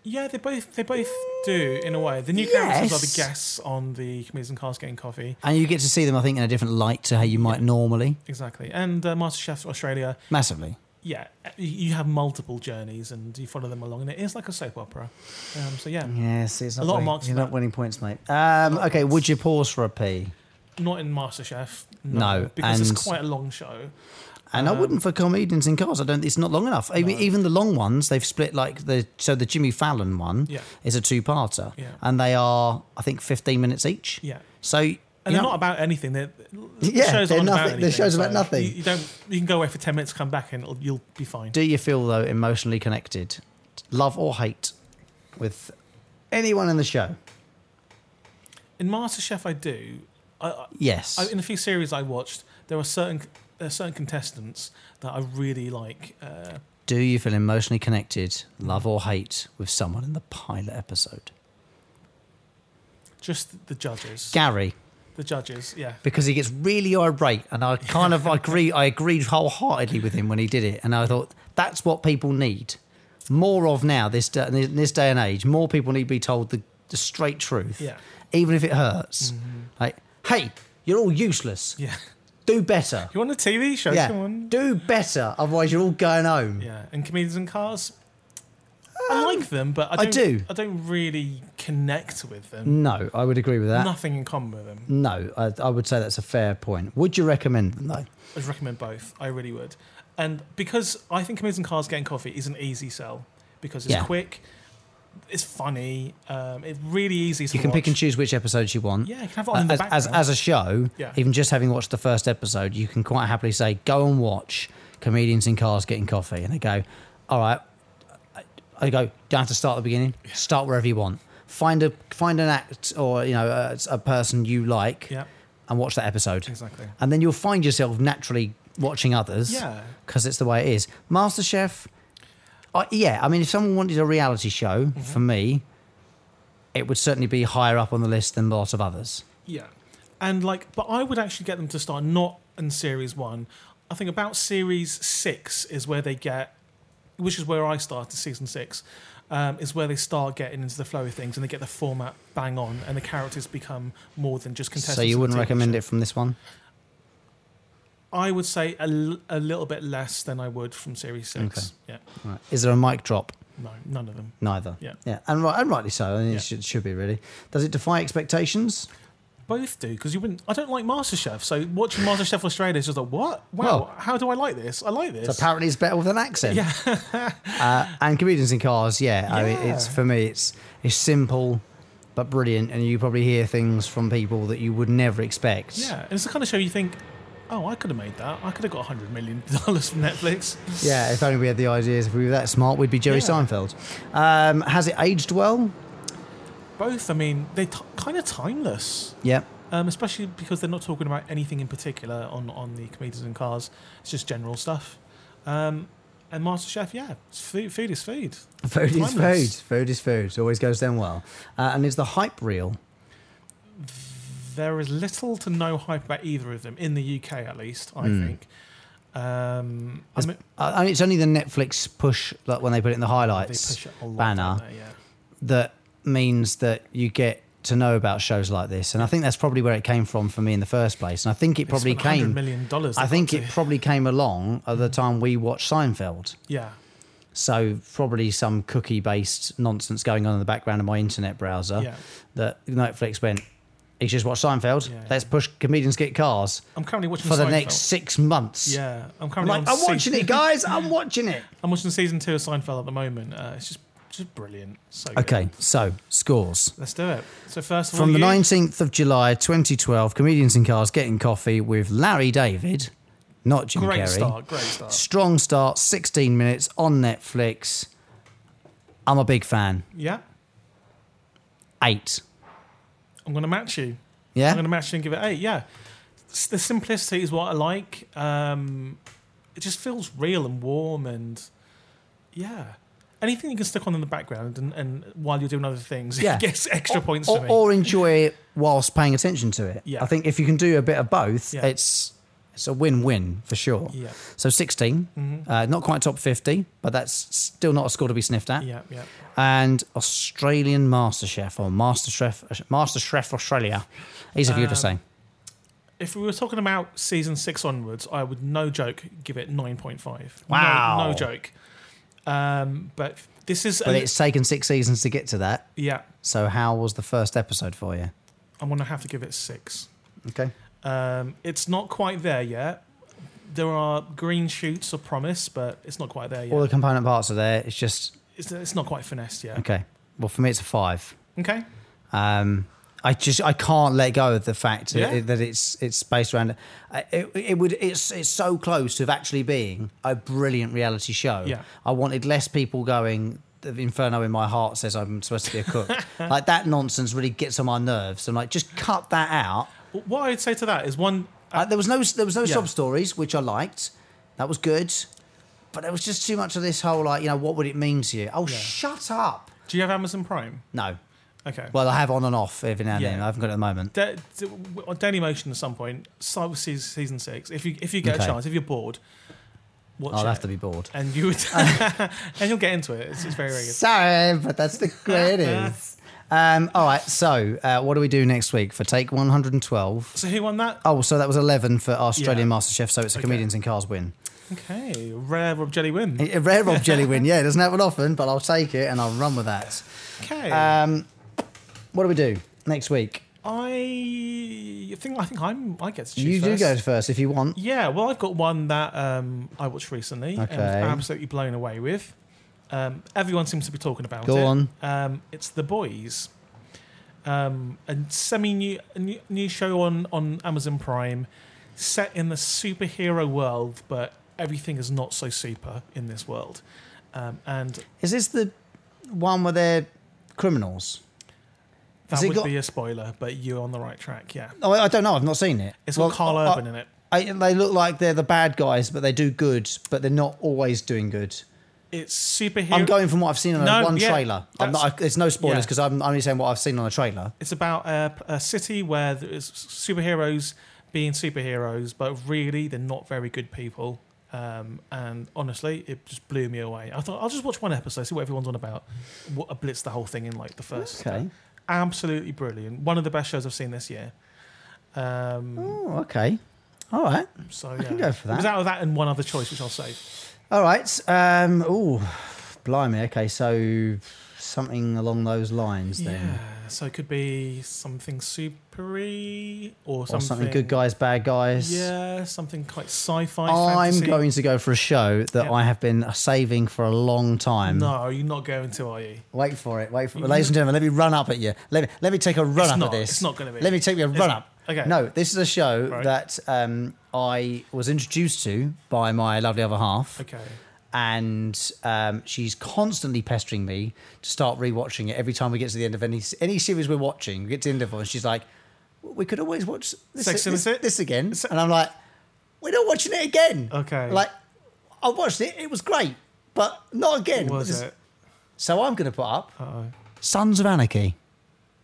Speaker 3: Yeah, they both they both do in a way. The new characters are
Speaker 2: Yes.
Speaker 3: the guests on the comedians and cars getting coffee.
Speaker 2: And you get to see them, I think, in a different light to how you might normally.
Speaker 3: Exactly, and uh, MasterChef Australia.
Speaker 2: Massively.
Speaker 3: Yeah, you you have multiple journeys and you follow them along, and it is like a soap opera. Um, so yeah,
Speaker 2: Yes, it's not
Speaker 3: lot of
Speaker 2: winning-
Speaker 3: marks
Speaker 2: You're
Speaker 3: for
Speaker 2: not
Speaker 3: that.
Speaker 2: winning points, mate. Um, okay, would you pause for a pee?
Speaker 3: not in MasterChef.
Speaker 2: No,
Speaker 3: because
Speaker 2: and-
Speaker 3: it's quite a long show.
Speaker 2: And
Speaker 3: Uh,
Speaker 2: I wouldn't for comedians in cars. I don't. It's not long enough. I mean, even the long ones, they've split like the so the Jimmy Fallon one
Speaker 3: Yeah.
Speaker 2: is a two-parter,
Speaker 3: Yeah.
Speaker 2: and they are I think fifteen minutes each.
Speaker 3: Yeah.
Speaker 2: So
Speaker 3: And they're not about anything. They're,
Speaker 2: Yeah,
Speaker 3: the shows
Speaker 2: they're
Speaker 3: aren't
Speaker 2: nothing-
Speaker 3: about
Speaker 2: the
Speaker 3: anything.
Speaker 2: show's about nothing.
Speaker 3: You, you don't. You can go away for ten minutes, come back, and it'll, you'll be fine.
Speaker 2: do you feel though emotionally connected, love or hate, with anyone in the show?
Speaker 3: In MasterChef, I do. I, I,
Speaker 2: Yes.
Speaker 3: I, in a few series I watched, there were certain there are certain contestants that I really like. Uh,
Speaker 2: do you feel emotionally connected, love or hate, with someone in the pilot episode?
Speaker 3: just the judges.
Speaker 2: Gary,
Speaker 3: the judges, yeah.
Speaker 2: because he gets really irate, and I kind of agree. I agreed wholeheartedly with him when he did it, and I thought that's what people need more of now. This da- in this day and age, more people need to be told the, the straight truth,
Speaker 3: Yeah. Mm-hmm.
Speaker 2: even if it hurts. Like, hey, you're all useless.
Speaker 3: Yeah.
Speaker 2: Do better.
Speaker 3: You're on a TV show,
Speaker 2: yeah,
Speaker 3: come on.
Speaker 2: do better. Otherwise, you're all going home.
Speaker 3: Yeah. And comedians and cars. I like them, but I,
Speaker 2: Um, I
Speaker 3: don't,
Speaker 2: do.
Speaker 3: I don't really connect with them.
Speaker 2: No, I would agree with that.
Speaker 3: Nothing in common with them.
Speaker 2: No, I, I would say that's a fair point. Would you recommend them though?
Speaker 3: I'd recommend both. I really would. And because I think Comedians and Cars Getting Coffee is an easy sell because it's
Speaker 2: Yeah.
Speaker 3: quick, it's funny, um, it's really easy to
Speaker 2: You can pick
Speaker 3: watch.
Speaker 2: and choose which episodes you want. Uh,
Speaker 3: Yeah, you can have it on in the
Speaker 2: as, as,
Speaker 3: background.
Speaker 2: as a show,
Speaker 3: Yeah.
Speaker 2: even just having watched the first episode, you can quite happily say, "Go and watch comedians in cars getting coffee," and they go, "All right." I go, "Don't have to start at the beginning. Start wherever you want. Find a find an act or you know a, a person you like,
Speaker 3: Yeah.
Speaker 2: and watch that episode.
Speaker 3: Exactly.
Speaker 2: and then you'll find yourself naturally watching others.
Speaker 3: Yeah.
Speaker 2: because it's the way it is. MasterChef. I yeah, I mean, if someone wanted a reality show
Speaker 3: Mm-hmm.
Speaker 2: for me, it would certainly be higher up on the list than lots of others.
Speaker 3: Yeah. And like, but I would actually get them to start not in series one. I think about series six is where they get, which is where I started season six, um, is where they start getting into the flow of things and they get the format bang on and the characters become more than just contestants.
Speaker 2: So you wouldn't recommend it from this one?
Speaker 3: I would say a, l- a little bit less than I would from series six. Yeah.
Speaker 2: Right. Is there a mic drop?
Speaker 3: No, none of them.
Speaker 2: Neither.
Speaker 3: Yeah.
Speaker 2: Yeah, and, right, and rightly so. I mean,
Speaker 3: Yeah.
Speaker 2: it should, should be really. Does it defy expectations?
Speaker 3: Both do because you wouldn't. I don't like MasterChef, so watching MasterChef Australia is just like what? Wow,
Speaker 2: Well-
Speaker 3: how do I like this? I like this.
Speaker 2: Apparently, it's better with an accent. Yeah. uh, and comedians in cars. Yeah. I mean, it's
Speaker 3: Yeah.
Speaker 2: for me, it's it's simple but brilliant, and you probably hear things from people that you would never expect.
Speaker 3: Yeah, and it's the kind of show you think, oh, I could have made that. I could have got $100 million from Netflix.
Speaker 2: Yeah, if only we had the ideas. If we were that smart, we'd be Jerry
Speaker 3: Yeah.
Speaker 2: Seinfeld. Um, has it aged well?
Speaker 3: Both, I mean, they're t- kind of timeless,
Speaker 2: Yep.
Speaker 3: um, especially because they're not talking about anything in particular on, on the Comedians and Cars. It's just general stuff. Um, and MasterChef, yeah, it's food, food is food.
Speaker 2: Food is food.
Speaker 3: Timeless.
Speaker 2: Food is food. Always goes down well. Uh, and is the hype real?
Speaker 3: There is little to no hype about either of them, in the UK at least, I think. Um, I mean,
Speaker 2: Uh, and Hmm. it's only the Netflix push, like when they put it in the
Speaker 3: they
Speaker 2: highlights
Speaker 3: push it a lot.
Speaker 2: banner,
Speaker 3: don't they? yeah.
Speaker 2: that means that you get to know about shows like this. And I think that's probably where it came from for me in the first place. And I think it probably
Speaker 3: They spent $100
Speaker 2: came.
Speaker 3: million dollars.
Speaker 2: I
Speaker 3: they
Speaker 2: think
Speaker 3: got
Speaker 2: it
Speaker 3: to.
Speaker 2: probably came along at the time we watched Seinfeld.
Speaker 3: Yeah.
Speaker 2: So probably some cookie-based nonsense going on in the background of my internet browser
Speaker 3: Yeah.
Speaker 2: that Netflix went. He's just watched Seinfeld.
Speaker 3: Yeah,
Speaker 2: Let's push comedians get cars
Speaker 3: I'm currently watching
Speaker 2: for the
Speaker 3: Seinfeld.
Speaker 2: next six months.
Speaker 3: Yeah, I'm
Speaker 2: I'm
Speaker 3: currently
Speaker 2: like,
Speaker 3: on
Speaker 2: I'm watching
Speaker 3: season-
Speaker 2: it, guys. I'm watching it.
Speaker 3: I'm watching season two of Seinfeld at the moment. Uh, it's just just brilliant. So good.
Speaker 2: Okay, so scores.
Speaker 3: let's do it. So first of all,
Speaker 2: From the
Speaker 3: you-
Speaker 2: 19th of July 2012, Comedians in Cars Getting Coffee with Larry David, not Jim
Speaker 3: great
Speaker 2: Carrey.
Speaker 3: start, great start.
Speaker 2: Strong start, 16 minutes on Netflix. I'm a big fan.
Speaker 3: Yeah,
Speaker 2: eight.
Speaker 3: I'm going to match you.
Speaker 2: Yeah?
Speaker 3: I'm going to match you and give it eight. Yeah. S- The simplicity is what I like. Um, it just feels real and warm and yeah. Anything you can stick on in the background and, and while you're doing other things,
Speaker 2: Yeah.
Speaker 3: it gets extra points
Speaker 2: or,
Speaker 3: for me.
Speaker 2: or enjoy it whilst paying attention to it.
Speaker 3: Yeah.
Speaker 2: I think if you can do a bit of both,
Speaker 3: Yeah.
Speaker 2: it's it's a win-win for sure.
Speaker 3: Yeah. Mm-hmm.
Speaker 2: So 16, uh, not quite top 50, but that's still not a score to be sniffed at.
Speaker 3: yeah, yeah.
Speaker 2: And Australian MasterChef or MasterChef MasterChef Australia, easy for you to say.
Speaker 3: If we were talking about season six onwards, I would no joke give it 9.5. No-
Speaker 2: Wow.
Speaker 3: No, joke. Um, but this is.
Speaker 2: But it's taken six seasons to get to that.
Speaker 3: yeah,
Speaker 2: So how was the first episode for you?
Speaker 3: I'm going to have to give it six.
Speaker 2: Okay.
Speaker 3: Um, it's not quite there yet. There are green shoots of promise, but it's not quite there yet.
Speaker 2: All the component parts are there. It's just
Speaker 3: it's, it's not quite finessed yet.
Speaker 2: okay. Well, for me, it's a five.
Speaker 3: Okay.
Speaker 2: Um, I just I can't let go of the fact
Speaker 3: Yeah.
Speaker 2: that it's it's based around. I- It, it would it's it's so close to actually being a brilliant reality show.
Speaker 3: Yeah.
Speaker 2: I wanted less people going. The inferno in my heart says I'm supposed to be a cook. like that nonsense really gets on my nerves. I'm like, just cut that out.
Speaker 3: W- What I'd say to that is one.
Speaker 2: Uh, there was no there was no
Speaker 3: Yeah.
Speaker 2: sub stories which I liked. That was good, but there was just too much of this whole like you know what would it mean to you? Oh, shut up!
Speaker 3: Do you have Amazon Prime?
Speaker 2: No.
Speaker 3: Okay.
Speaker 2: Well, I have on and off every now and then.
Speaker 3: Yeah.
Speaker 2: I haven't got it at the moment.
Speaker 3: Da- d- on Daily Motion at some point, so se- season six. If you if you get
Speaker 2: Okay.
Speaker 3: a chance, if you're bored, watch
Speaker 2: I'll
Speaker 3: it.
Speaker 2: have to be bored.
Speaker 3: And you would, and you'll get into it. It's, it's very very good.
Speaker 2: Sorry, but that's the way it is. Um, all right, so uh, what do we do next week for take 112?
Speaker 3: So who won that?
Speaker 2: Oh, so that was 11 for Australian
Speaker 3: Yeah.
Speaker 2: MasterChef, so it's a Comedians in Cars win.
Speaker 3: Okay, rare Rob Jelly win.
Speaker 2: A rare Rob Jelly win, yeah, it doesn't happen often, but I'll take it and I'll run with that.
Speaker 3: Okay.
Speaker 2: Um, what do we do next week?
Speaker 3: I think I think I'm I get to choose
Speaker 2: You do
Speaker 3: first.
Speaker 2: go first if you want.
Speaker 3: Yeah, well, I've got one that um, I watched recently and was
Speaker 2: Okay.
Speaker 3: absolutely blown away with. Um, everyone seems to be talking about
Speaker 2: Go
Speaker 3: it.
Speaker 2: on.
Speaker 3: Um, it's The Boys, um, a semi-new a new, new show on on Amazon Prime, set in the superhero world, but everything is not so super in this world. Um, and
Speaker 2: Is this the one where they're criminals?
Speaker 3: that
Speaker 2: Has it
Speaker 3: would
Speaker 2: got-
Speaker 3: be a spoiler, but you're on the right track. Yeah,
Speaker 2: Oh, I I don't know, I've not seen it.
Speaker 3: it's
Speaker 2: Well,
Speaker 3: got Carl
Speaker 2: I-
Speaker 3: Urban in it.
Speaker 2: I, they look like they're the bad guys, but they do good, but they're not always doing good.
Speaker 3: It's superhero.
Speaker 2: I'm going from what I've seen on
Speaker 3: No,
Speaker 2: one
Speaker 3: yeah,
Speaker 2: trailer. I'm
Speaker 3: that's-
Speaker 2: not, I, there's no spoilers
Speaker 3: yeah.
Speaker 2: because I'm only saying what I've seen on a trailer.
Speaker 3: It's about a, a city where there's superheroes being superheroes, but really they're not very good people. Um, and honestly, it just blew me away. I thought I'll just watch one episode, see what everyone's on about. What I blitzed the whole thing in like the first.
Speaker 2: Okay.
Speaker 3: Absolutely brilliant. One of the best shows I've seen this year. Um,
Speaker 2: Oh, okay. All right.
Speaker 3: so yeah,
Speaker 2: Oh, can go for
Speaker 3: It was
Speaker 2: that.
Speaker 3: out of that and one other choice, which I'll save.
Speaker 2: All right. Um, ooh, blimey. Okay, so something along those lines then.
Speaker 3: Yeah. So it could be something supery or
Speaker 2: Or
Speaker 3: something,
Speaker 2: something good guys, bad guys.
Speaker 3: Yeah, something quite sci-fi.
Speaker 2: I'm
Speaker 3: fantasy.
Speaker 2: going to go for a show that
Speaker 3: Yeah.
Speaker 2: I have been saving for a long time.
Speaker 3: No, you're not going to, are you?
Speaker 2: Wait for it. Wait for it. Ladies and gentlemen, let me run up at you. Let me, let me take a run
Speaker 3: Mm-hmm. It's
Speaker 2: up
Speaker 3: not-
Speaker 2: at this.
Speaker 3: it's not gonna be.
Speaker 2: Let me take you a
Speaker 3: It's
Speaker 2: run
Speaker 3: not.
Speaker 2: up.
Speaker 3: Okay.
Speaker 2: No, this is a show
Speaker 3: Right.
Speaker 2: that um, I was introduced to by my lovely other half.
Speaker 3: Okay.
Speaker 2: And um, she's constantly pestering me to start rewatching it every time we get to the end of any any series we're watching. We get to the end of it, and she's like, "We could always watch this
Speaker 3: Sex and the
Speaker 2: this,
Speaker 3: City?
Speaker 2: this again." And I'm like, "We're not watching it again."
Speaker 3: Okay.
Speaker 2: Like, I watched it; it was great, but not again.
Speaker 3: Was
Speaker 2: Just-
Speaker 3: it?
Speaker 2: So I'm going to put up Sons of Anarchy.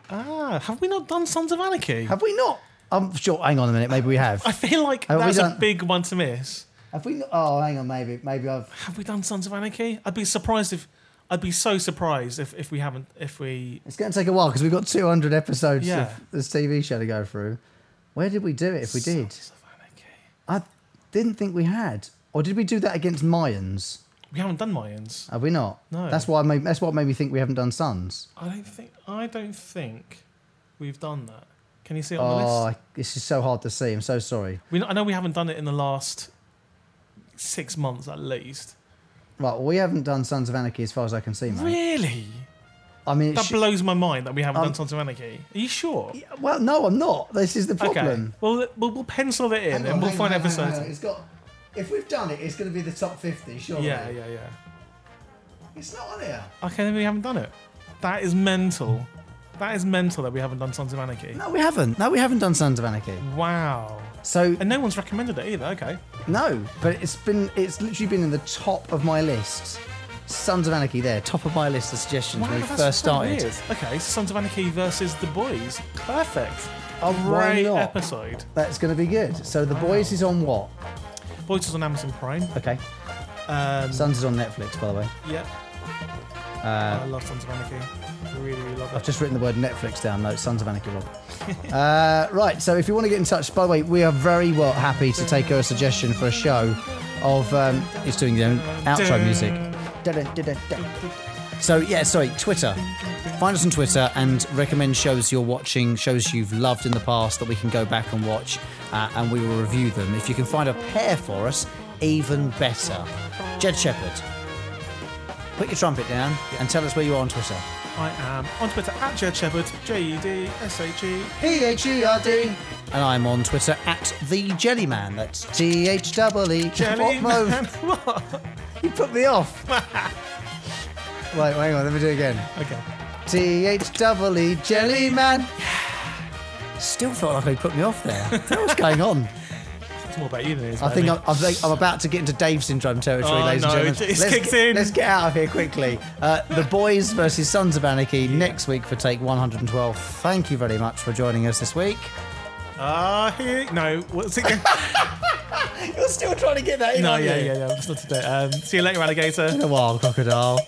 Speaker 3: Ah, have we not done Sons of Anarchy?
Speaker 2: Have we not? I'm sure. Hang on a minute. Maybe we have.
Speaker 3: I feel like
Speaker 2: Have we
Speaker 3: that's a
Speaker 2: done-
Speaker 3: big one to miss.
Speaker 2: Have we not? Oh, hang on. Maybe. Maybe I've.
Speaker 3: Have we done Sons of Anarchy? I'd be surprised if I'd be so surprised if, if we haven't if we
Speaker 2: It's going to take a while because we've got 200 episodes
Speaker 3: Yeah.
Speaker 2: of this TV show to go through. Where did we do it? If we did,
Speaker 3: Sons of Anarchy.
Speaker 2: I didn't think we had. Or did we do that against Mayans?
Speaker 3: We haven't done Mayans.
Speaker 2: Have we not?
Speaker 3: No.
Speaker 2: That's why. I made, that's what made me think we haven't done Sons.
Speaker 3: I don't think I don't think we've done that. Can you see it on the
Speaker 2: Oh,
Speaker 3: list?
Speaker 2: I- this is so hard to see. I'm so sorry.
Speaker 3: We, I know we haven't done it in the last six months at least.
Speaker 2: Right, well, we haven't done Sons of Anarchy as far as I can see, mate.
Speaker 3: Really?
Speaker 2: I mean, it
Speaker 3: That
Speaker 2: sh-
Speaker 3: blows my mind that we haven't
Speaker 2: Um,
Speaker 3: done Sons of Anarchy. Are you sure?
Speaker 2: well, no, I'm not. This is the problem.
Speaker 3: Okay. Well, we'll, we'll pencil it in
Speaker 2: Hang
Speaker 3: and
Speaker 2: on,
Speaker 3: we'll
Speaker 2: hang
Speaker 3: find
Speaker 2: on, hang on,
Speaker 3: episodes.
Speaker 2: hang on. It's got. If we've done it, it's going to be the top fifty, surely.
Speaker 3: Yeah, yeah, yeah.
Speaker 2: It's not on here.
Speaker 3: Okay, then we haven't done it. That is mental. That is mental that we haven't done Sons of Anarchy.
Speaker 2: No, we haven't. No, we haven't done Sons of Anarchy.
Speaker 3: Wow.
Speaker 2: So
Speaker 3: And no one's recommended it either. Okay.
Speaker 2: no, but it's been it's literally been in the top of my list. Sons of Anarchy there, top of my list of suggestions when we
Speaker 3: that's
Speaker 2: first
Speaker 3: so
Speaker 2: started.
Speaker 3: weird. Okay, so Sons of Anarchy versus The Boys. Perfect.
Speaker 2: Oh, why
Speaker 3: Great
Speaker 2: not?
Speaker 3: episode.
Speaker 2: That's going to be good. So the boys is on what?
Speaker 3: Boys is on Amazon Prime.
Speaker 2: Okay,
Speaker 3: Um,
Speaker 2: Sons is on Netflix, by the way.
Speaker 3: yep. I love Sons of Anarchy. Really, really love
Speaker 2: Uh, I've
Speaker 3: it.
Speaker 2: just written the word Netflix down. No, it's Sons of Anarchy, Rob. uh, right, so if you want to get in touch, by the way, we are very well happy to take a suggestion for a show of um, it's doing the outro music. So yeah, sorry, Twitter. Find us on Twitter and recommend shows you're watching, shows you've loved in the past that we can go back and watch, uh, and we will review them. If you can find a pair for us, even better. Jed Shepherd, put your trumpet down and tell us where you are on Twitter.
Speaker 3: I am on Twitter at Jed Shepherd, J E D S H E.
Speaker 2: P H E R D. And I'm on Twitter at the Jellyman. That's T H double E.
Speaker 3: Jelly
Speaker 2: What mode?
Speaker 3: Man. What?
Speaker 2: You put me off. Wait, hang on. Let me do it again.
Speaker 3: Okay.
Speaker 2: T H double E Jellyman. Still felt like they put me off there. What's going on?
Speaker 3: It's more about you than it is
Speaker 2: I
Speaker 3: about
Speaker 2: think
Speaker 3: me.
Speaker 2: I'm, I think I'm about to get into Dave syndrome territory,
Speaker 3: Oh,
Speaker 2: ladies and
Speaker 3: no,
Speaker 2: gentlemen.
Speaker 3: it's
Speaker 2: let's,
Speaker 3: kicked
Speaker 2: get,
Speaker 3: in.
Speaker 2: let's get out of here quickly. Uh, the Boys versus Sons of Anarchy next week for take 112. Thank you very much for joining us this week.
Speaker 3: Ah, here. No, what's it?
Speaker 2: You're still trying to get that in,
Speaker 3: no,
Speaker 2: aren't
Speaker 3: yeah,
Speaker 2: you?
Speaker 3: yeah, yeah. That's not today. Um, see you later, alligator.
Speaker 2: A wild crocodile.